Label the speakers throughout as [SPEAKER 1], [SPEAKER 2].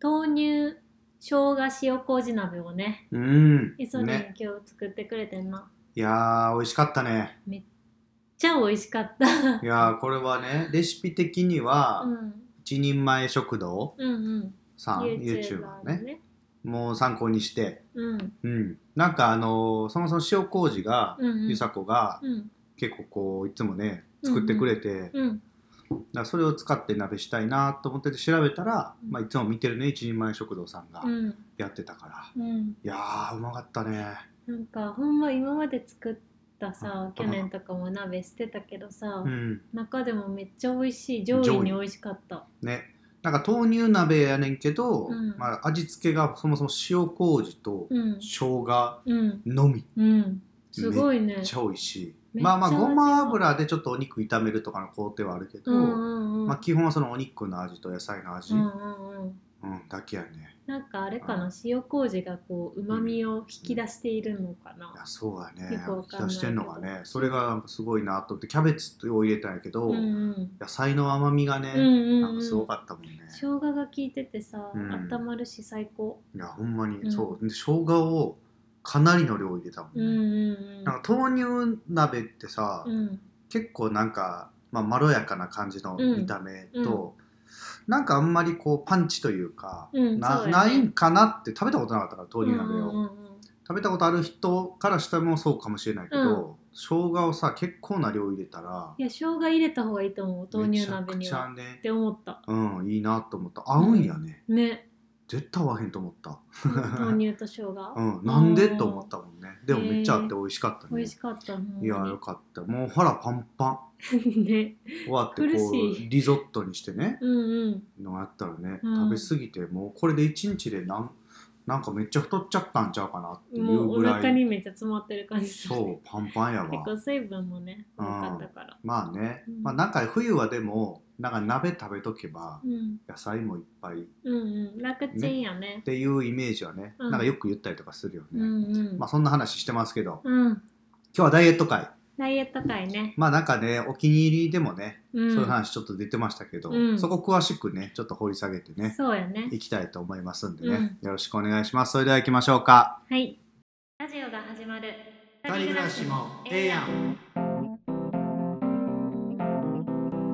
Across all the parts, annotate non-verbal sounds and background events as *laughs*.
[SPEAKER 1] 豆乳生姜塩麹鍋をね
[SPEAKER 2] うん。
[SPEAKER 1] 磯に
[SPEAKER 2] ね。
[SPEAKER 1] 今日作ってくれてんな、
[SPEAKER 2] いやー、美味しかったね。
[SPEAKER 1] めっちゃ美味しかった
[SPEAKER 2] いやー、これはね、レシピ的に
[SPEAKER 1] う
[SPEAKER 2] は、
[SPEAKER 1] ん
[SPEAKER 2] 一人前食堂
[SPEAKER 1] うんうん
[SPEAKER 2] さん、
[SPEAKER 1] YouTuber
[SPEAKER 2] YouTuber
[SPEAKER 1] で
[SPEAKER 2] ね、
[SPEAKER 1] ね
[SPEAKER 2] もう参考にして、
[SPEAKER 1] うん
[SPEAKER 2] うん。なんかあのーそもそも塩麹が、
[SPEAKER 1] うんうん
[SPEAKER 2] ゆさこが
[SPEAKER 1] うん
[SPEAKER 2] 結構こう、いつもね、作ってくれて、だか
[SPEAKER 1] うん
[SPEAKER 2] らそれを使って鍋したいなと思ってて調べたら、
[SPEAKER 1] うん
[SPEAKER 2] まあ、いつも見てるね、一人前食堂さんが
[SPEAKER 1] うん
[SPEAKER 2] やってたから。
[SPEAKER 1] うん
[SPEAKER 2] いやー、うまかったね。
[SPEAKER 1] なんかほんま今まで作ったさ
[SPEAKER 2] あ
[SPEAKER 1] 去年とかも鍋してたけどさ、
[SPEAKER 2] うん。
[SPEAKER 1] 中でもめっちゃ美味しい上位に美味しかった
[SPEAKER 2] ねなんか豆乳鍋やねんけど、
[SPEAKER 1] うん
[SPEAKER 2] まあ、味付けがそもそも塩麹と
[SPEAKER 1] うん
[SPEAKER 2] 生姜
[SPEAKER 1] うん
[SPEAKER 2] のみ
[SPEAKER 1] うんすごいね
[SPEAKER 2] めっちゃ美味しい、
[SPEAKER 1] めっちゃ
[SPEAKER 2] まあまあ
[SPEAKER 1] 味が
[SPEAKER 2] ごま油でちょっとお肉炒めるとかの工程はあるけど、
[SPEAKER 1] うんうんうん、
[SPEAKER 2] まあ、基本はそのお肉の味と野菜の味、
[SPEAKER 1] う
[SPEAKER 2] うんん
[SPEAKER 1] うんうん
[SPEAKER 2] だけやね
[SPEAKER 1] なんかあれかな塩麹がこう旨味を引き出しているのか
[SPEAKER 2] い
[SPEAKER 1] な
[SPEAKER 2] やそうやね
[SPEAKER 1] よくわかんないけど
[SPEAKER 2] 出してんのがねそれがなんかすごいなと思ってキャベツを入れたんやけど、
[SPEAKER 1] うんうん
[SPEAKER 2] 野菜の甘みがね、
[SPEAKER 1] うんうん
[SPEAKER 2] なん
[SPEAKER 1] うん
[SPEAKER 2] かすごかったもんね、
[SPEAKER 1] 生姜が効いててさ、
[SPEAKER 2] うん
[SPEAKER 1] 温まるし最高
[SPEAKER 2] いやほんまに、
[SPEAKER 1] うん
[SPEAKER 2] そうで生姜をかなりの量入れたも
[SPEAKER 1] う
[SPEAKER 2] んね、
[SPEAKER 1] んうんうん
[SPEAKER 2] なんか豆乳鍋ってさ、
[SPEAKER 1] うん
[SPEAKER 2] 結構なんか、まあ、まろやかな感じの
[SPEAKER 1] うん
[SPEAKER 2] 見た目と、なんかあんまりこうパンチというか、
[SPEAKER 1] うん
[SPEAKER 2] な
[SPEAKER 1] そうだ
[SPEAKER 2] な
[SPEAKER 1] ね
[SPEAKER 2] いんかなって食べたことなかったから豆乳鍋を、
[SPEAKER 1] うんうん
[SPEAKER 2] 食べたことある人からしてもそうかもしれないけど、生姜をさ結構な量入れたら
[SPEAKER 1] いや生姜入れた方がいいと思う豆乳鍋
[SPEAKER 2] め
[SPEAKER 1] に
[SPEAKER 2] ちゃくちゃ
[SPEAKER 1] はっ
[SPEAKER 2] ね
[SPEAKER 1] て思った
[SPEAKER 2] うんいいなと思った合うんやね、
[SPEAKER 1] ね
[SPEAKER 2] 絶対合わへんと思った、
[SPEAKER 1] 豆乳と生姜、
[SPEAKER 2] *laughs* うん、なんでと思ったもんねでもめっちゃあって美味しかった
[SPEAKER 1] 美
[SPEAKER 2] ね
[SPEAKER 1] 味しかったほんまに
[SPEAKER 2] いやよかったもう腹パンパン
[SPEAKER 1] *laughs* ね
[SPEAKER 2] 終わってこ
[SPEAKER 1] 苦し
[SPEAKER 2] うリゾットにしてね
[SPEAKER 1] うんうん
[SPEAKER 2] のがあったらね、
[SPEAKER 1] うん
[SPEAKER 2] 食べ過ぎてもうこれで1日でなんなんかめっちゃ太っちゃったんちゃうかなってい
[SPEAKER 1] も
[SPEAKER 2] う
[SPEAKER 1] う
[SPEAKER 2] ぐ
[SPEAKER 1] お
[SPEAKER 2] ら
[SPEAKER 1] 腹
[SPEAKER 2] い
[SPEAKER 1] にめっちゃ詰まってる感じする
[SPEAKER 2] そうパンパンや
[SPEAKER 1] 結
[SPEAKER 2] わ
[SPEAKER 1] 構水分もね多かったから
[SPEAKER 2] まあね、
[SPEAKER 1] うん
[SPEAKER 2] まあなんか冬はでもなんか鍋食べとけば
[SPEAKER 1] うん
[SPEAKER 2] 野菜もいっぱいっ
[SPEAKER 1] うんうん楽ちんやね
[SPEAKER 2] ていうイメージはね、
[SPEAKER 1] うん
[SPEAKER 2] なんかよく言ったりとかするよね、
[SPEAKER 1] うんうん、
[SPEAKER 2] まあそんな話してますけど
[SPEAKER 1] うん
[SPEAKER 2] 今日はダイエット会
[SPEAKER 1] ダイエット会ね、
[SPEAKER 2] まあなんかねお気に入りでもね、
[SPEAKER 1] うん、
[SPEAKER 2] そういう話ちょっと出てましたけど、
[SPEAKER 1] うん
[SPEAKER 2] そこ詳しくねちょっと掘り下げてね
[SPEAKER 1] そうやね
[SPEAKER 2] いきたいと思いますんでね、よろしくお願いしますそれでは行きましょうか
[SPEAKER 1] はいラジオが始まる
[SPEAKER 2] 二人暮らしもええやん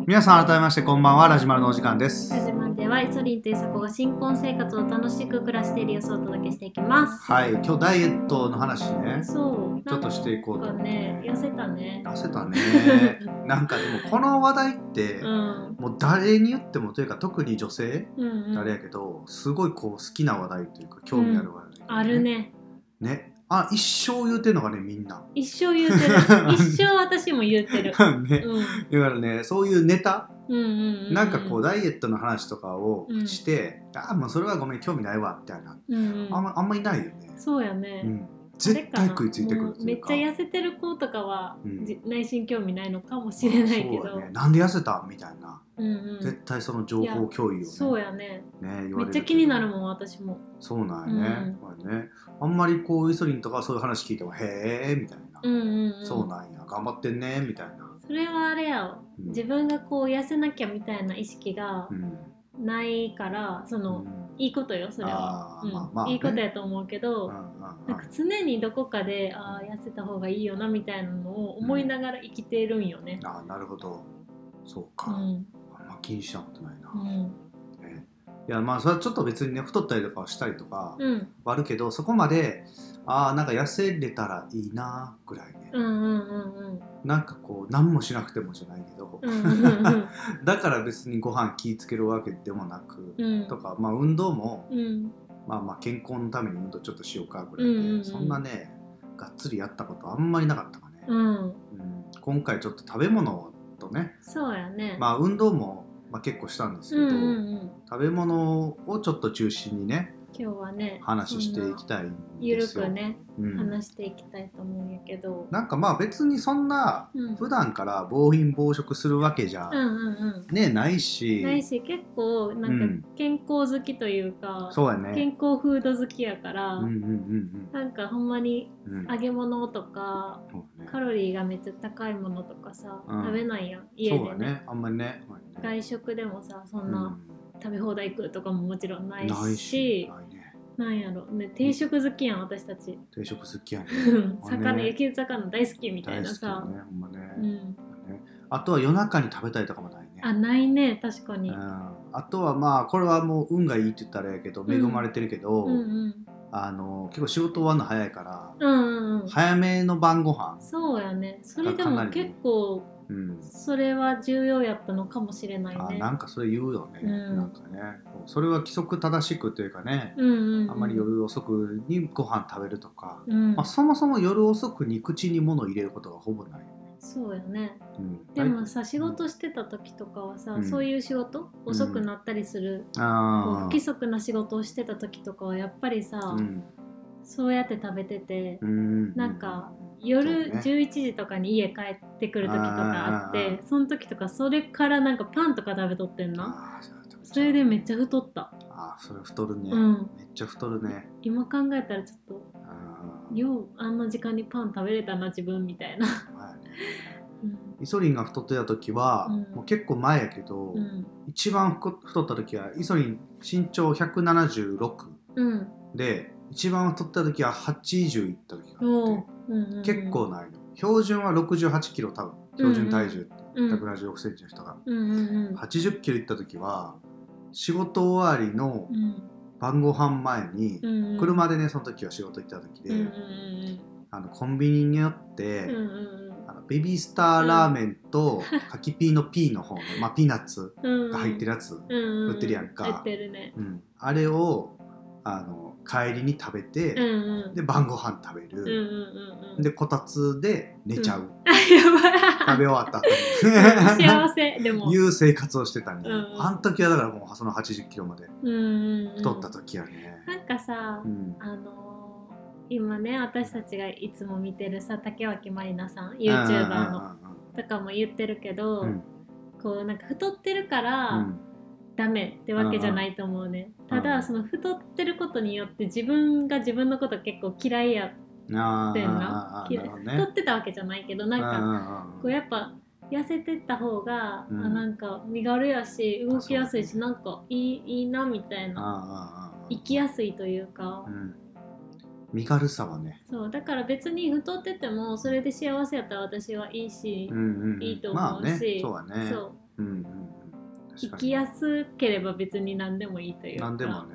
[SPEAKER 2] 皆さん改めましてこんばんはラジマルのお時間です
[SPEAKER 1] 始まるではイソリンというサコが新婚生活を楽しく暮らしている様子をお届けしていきます
[SPEAKER 2] はい今日ダイエットの話ね
[SPEAKER 1] そう
[SPEAKER 2] ちょっとしていこうと
[SPEAKER 1] なんかね痩せたね
[SPEAKER 2] 痩せたね
[SPEAKER 1] *laughs*
[SPEAKER 2] なんかでもこの話題って、
[SPEAKER 1] うん
[SPEAKER 2] もう誰に言ってもというか特に女性
[SPEAKER 1] うんうん
[SPEAKER 2] 誰やけどすごいこう好きな話題というか興味ある話題、
[SPEAKER 1] ある
[SPEAKER 2] *laughs*
[SPEAKER 1] ね
[SPEAKER 2] ねあ一生言うてんのがねみんな *laughs*
[SPEAKER 1] 一生言うてる一生私も言ってる
[SPEAKER 2] ね
[SPEAKER 1] うん
[SPEAKER 2] だからねそういうネタ
[SPEAKER 1] うんうんうん
[SPEAKER 2] なんかこうダイエットの話とかを
[SPEAKER 1] うん
[SPEAKER 2] して、ああもうそれはごめん興味ないわみたいな、
[SPEAKER 1] うんうん
[SPEAKER 2] あんまあんまいないよね、
[SPEAKER 1] そうやね、
[SPEAKER 2] うん、絶対食いついてくる
[SPEAKER 1] もうめっちゃ
[SPEAKER 2] 痩
[SPEAKER 1] 痩せてる子とかは、
[SPEAKER 2] うん
[SPEAKER 1] じ内心興味ないのかもしれないけど
[SPEAKER 2] ね、なんで痩せたみたいな、
[SPEAKER 1] うん
[SPEAKER 2] 絶対その情報共有をね
[SPEAKER 1] そうやね
[SPEAKER 2] ね言われる
[SPEAKER 1] めっちゃ気になるもん私も
[SPEAKER 2] そうなんやね,、これねあんまりこうイソリンとかそういう話聞いてもへえみたいな、
[SPEAKER 1] うんうん、うん、
[SPEAKER 2] そうなんや頑張ってんねみたいな、
[SPEAKER 1] それはあれやわ
[SPEAKER 2] うん
[SPEAKER 1] 自分がこう痩せなきゃみたいな意識が
[SPEAKER 2] うん
[SPEAKER 1] ないからその、
[SPEAKER 2] うん
[SPEAKER 1] いいことよそれは
[SPEAKER 2] あ、ーまあまあ
[SPEAKER 1] うん、
[SPEAKER 2] ね
[SPEAKER 1] いいことやと思うけど、
[SPEAKER 2] うん
[SPEAKER 1] なんか常にどこかであー痩せた方がいいよなみたいなのを思いながら生きてるんよね。
[SPEAKER 2] ああなるほどそう
[SPEAKER 1] う
[SPEAKER 2] か、
[SPEAKER 1] ん
[SPEAKER 2] あんま気にしたことないな、
[SPEAKER 1] うん
[SPEAKER 2] ねいやまあそれはちょっと別にね太ったりとかはしたりとか
[SPEAKER 1] うん
[SPEAKER 2] はあるけど、そこまでああなんか痩せれたらいいなぐらいね、
[SPEAKER 1] うんうんうんうん
[SPEAKER 2] なんかこう何もしなくてもじゃないけど、
[SPEAKER 1] うんうん *laughs* うん
[SPEAKER 2] だから別にご飯気ぃつけるわけでもなく、
[SPEAKER 1] うん
[SPEAKER 2] *laughs* とかまあ運動も、
[SPEAKER 1] うん
[SPEAKER 2] まあ、まあ健康のために運動ちょっとしようかぐらいで、
[SPEAKER 1] うんうんうん
[SPEAKER 2] そんなねがっつりやったことあんまりなかったかね、
[SPEAKER 1] うん
[SPEAKER 2] うん今回ちょっと食べ物とね
[SPEAKER 1] そうやね。
[SPEAKER 2] まあ運動も、まあ、結構したんです
[SPEAKER 1] う
[SPEAKER 2] けど、
[SPEAKER 1] んうんうん。
[SPEAKER 2] 食べ物をちょっと中心にね
[SPEAKER 1] 今日はね、
[SPEAKER 2] 話して
[SPEAKER 1] そ
[SPEAKER 2] いき
[SPEAKER 1] んな
[SPEAKER 2] たいん
[SPEAKER 1] ゆ
[SPEAKER 2] で
[SPEAKER 1] る
[SPEAKER 2] すよ。
[SPEAKER 1] くね、
[SPEAKER 2] うん
[SPEAKER 1] 話していきたいと思うんやけど。
[SPEAKER 2] なんかまあ別にそんな
[SPEAKER 1] うん。
[SPEAKER 2] 普段から暴飲暴食するわけじゃ、
[SPEAKER 1] うんうん
[SPEAKER 2] ねない
[SPEAKER 1] うん。
[SPEAKER 2] し
[SPEAKER 1] ないし結構な
[SPEAKER 2] うんん
[SPEAKER 1] か健康好きというか、
[SPEAKER 2] そうやね
[SPEAKER 1] 健。康フード好きやから、
[SPEAKER 2] うんうんうん
[SPEAKER 1] なんかほんまに
[SPEAKER 2] うんうん。
[SPEAKER 1] 揚げ物とか
[SPEAKER 2] そうね
[SPEAKER 1] カロリーがめっちゃ高いものとかさ、
[SPEAKER 2] うん
[SPEAKER 1] 食べないやん家で
[SPEAKER 2] そ
[SPEAKER 1] ね
[SPEAKER 2] うだね。あんまりね。そうだね
[SPEAKER 1] 外食でもさそん
[SPEAKER 2] う
[SPEAKER 1] な、
[SPEAKER 2] ん
[SPEAKER 1] 食べ放題行くとかももちろんないし
[SPEAKER 2] ないしないね
[SPEAKER 1] なんやろ、ね、定食好きやん私たち
[SPEAKER 2] 定食好きやね
[SPEAKER 1] 魚焼き魚大好きみたい
[SPEAKER 2] 大好
[SPEAKER 1] な
[SPEAKER 2] き
[SPEAKER 1] さ
[SPEAKER 2] よ、ねほんまね、
[SPEAKER 1] うん、
[SPEAKER 2] あとは夜中に食べたいとかもないね
[SPEAKER 1] あないね確か
[SPEAKER 2] う
[SPEAKER 1] に、
[SPEAKER 2] ん、あとはまあこれはもう運がいいって言ったらあれやけど
[SPEAKER 1] うん
[SPEAKER 2] 恵まれてるけど、
[SPEAKER 1] うんうん
[SPEAKER 2] あの結構仕事終わるの早いから、
[SPEAKER 1] うんうんうん
[SPEAKER 2] 早めの晩ご飯、
[SPEAKER 1] そうやねそれで
[SPEAKER 2] かな
[SPEAKER 1] も
[SPEAKER 2] りね
[SPEAKER 1] 結構
[SPEAKER 2] うん
[SPEAKER 1] それは重要やったのかもしれない
[SPEAKER 2] あ
[SPEAKER 1] ね
[SPEAKER 2] なんかそれ言うよね、
[SPEAKER 1] うん
[SPEAKER 2] なんかねそれは規則正しくというかね、
[SPEAKER 1] うんうんうん
[SPEAKER 2] あんまり夜遅くにご飯食べるとか、
[SPEAKER 1] うん
[SPEAKER 2] まあ、そもそも夜遅くに口に物を入れることがほぼない、
[SPEAKER 1] そうやね
[SPEAKER 2] うん、
[SPEAKER 1] でも
[SPEAKER 2] あ
[SPEAKER 1] さ仕事してた時とかはさ、
[SPEAKER 2] うん
[SPEAKER 1] そういう仕事遅くなったりする、こう不
[SPEAKER 2] あ
[SPEAKER 1] 規則な仕事をしてた時とかはやっぱりさ、
[SPEAKER 2] うん
[SPEAKER 1] そうやって食べてて、
[SPEAKER 2] うん
[SPEAKER 1] なんか
[SPEAKER 2] そう
[SPEAKER 1] 夜
[SPEAKER 2] ね
[SPEAKER 1] 11時とかに家帰ってくる時とかあっ
[SPEAKER 2] あー
[SPEAKER 1] てその時とかそれからなんかパンとか食べとってんな
[SPEAKER 2] あーそう
[SPEAKER 1] それでめっちゃ太った、
[SPEAKER 2] あーそれ太るね、
[SPEAKER 1] うん
[SPEAKER 2] めっちゃ太るね
[SPEAKER 1] 今考えたらちょっと
[SPEAKER 2] あー
[SPEAKER 1] ようあんな時間にパン食べれたな自分みたいな、
[SPEAKER 2] *laughs* まあね
[SPEAKER 1] うん
[SPEAKER 2] イソリンが太ってた時は、
[SPEAKER 1] うん
[SPEAKER 2] もう結構前やけど、
[SPEAKER 1] うん
[SPEAKER 2] 一番太太った時はイソリン身長176
[SPEAKER 1] うん
[SPEAKER 2] で一番太った時は80いった時が
[SPEAKER 1] お
[SPEAKER 2] あっ
[SPEAKER 1] ううんうんうん
[SPEAKER 2] て結構ないの標準は68キロ多分標準体重って
[SPEAKER 1] うんうん
[SPEAKER 2] 176センチの人が
[SPEAKER 1] うんうんうん
[SPEAKER 2] 80キロいった時は仕事終わりの
[SPEAKER 1] うん
[SPEAKER 2] 晩ご飯前に
[SPEAKER 1] うんうん
[SPEAKER 2] 車でねその時は仕事行った時で、
[SPEAKER 1] うんうん
[SPEAKER 2] あのコンビニに寄って、
[SPEAKER 1] うんうんうん
[SPEAKER 2] あのベビースターラーメンと柿ピーのピーの方の、まあ、ピーナッツ
[SPEAKER 1] うんうん
[SPEAKER 2] が入ってるやつ、
[SPEAKER 1] うんうんうん
[SPEAKER 2] 売ってるやんか
[SPEAKER 1] 売ってるね
[SPEAKER 2] うんあれをあの帰りに食べて、
[SPEAKER 1] うんうん
[SPEAKER 2] で晩ご飯食べ
[SPEAKER 1] うんうん
[SPEAKER 2] る、
[SPEAKER 1] うんうん
[SPEAKER 2] でこたつで寝ちゃう、
[SPEAKER 1] あ *laughs* や
[SPEAKER 2] 食べ終わった
[SPEAKER 1] ばい
[SPEAKER 2] 後
[SPEAKER 1] *laughs* 幸せで
[SPEAKER 2] *laughs*
[SPEAKER 1] も
[SPEAKER 2] にいう生活をしてたね、
[SPEAKER 1] うん
[SPEAKER 2] あん時はだからもうその80キロまで
[SPEAKER 1] うんうんうん
[SPEAKER 2] 太った時やね、
[SPEAKER 1] なんかさ
[SPEAKER 2] う、ん
[SPEAKER 1] あのー今ね私たちがいつも見てるさ竹脇まりなさん YouTuber のとかも言ってるけど、
[SPEAKER 2] うん
[SPEAKER 1] こうなんか太ってるか
[SPEAKER 2] うんうんうん
[SPEAKER 1] らダメってわけじゃないと思うね、ただその太ってることによって自分が自分のこと結構嫌いや
[SPEAKER 2] うんあ
[SPEAKER 1] ってん
[SPEAKER 2] ー
[SPEAKER 1] な
[SPEAKER 2] あー
[SPEAKER 1] 嫌
[SPEAKER 2] ないるほど
[SPEAKER 1] 太
[SPEAKER 2] ね
[SPEAKER 1] ってたわけじゃないけどなんかこうやっぱ痩せてった方が、
[SPEAKER 2] うん
[SPEAKER 1] あなんか身軽やし動きやすい
[SPEAKER 2] そ
[SPEAKER 1] しなんかいいいいなみたいな生きやすいというか
[SPEAKER 2] う、ん、身軽さはね、
[SPEAKER 1] そうだから別に太っててもそれで幸せやったら私はいいし
[SPEAKER 2] う、んうんうん、
[SPEAKER 1] いいと思うし
[SPEAKER 2] まあね、そうはね
[SPEAKER 1] そう
[SPEAKER 2] うんうんうん確
[SPEAKER 1] 生
[SPEAKER 2] か
[SPEAKER 1] き
[SPEAKER 2] に
[SPEAKER 1] やすければ別に何でもいいというか
[SPEAKER 2] なんでもね、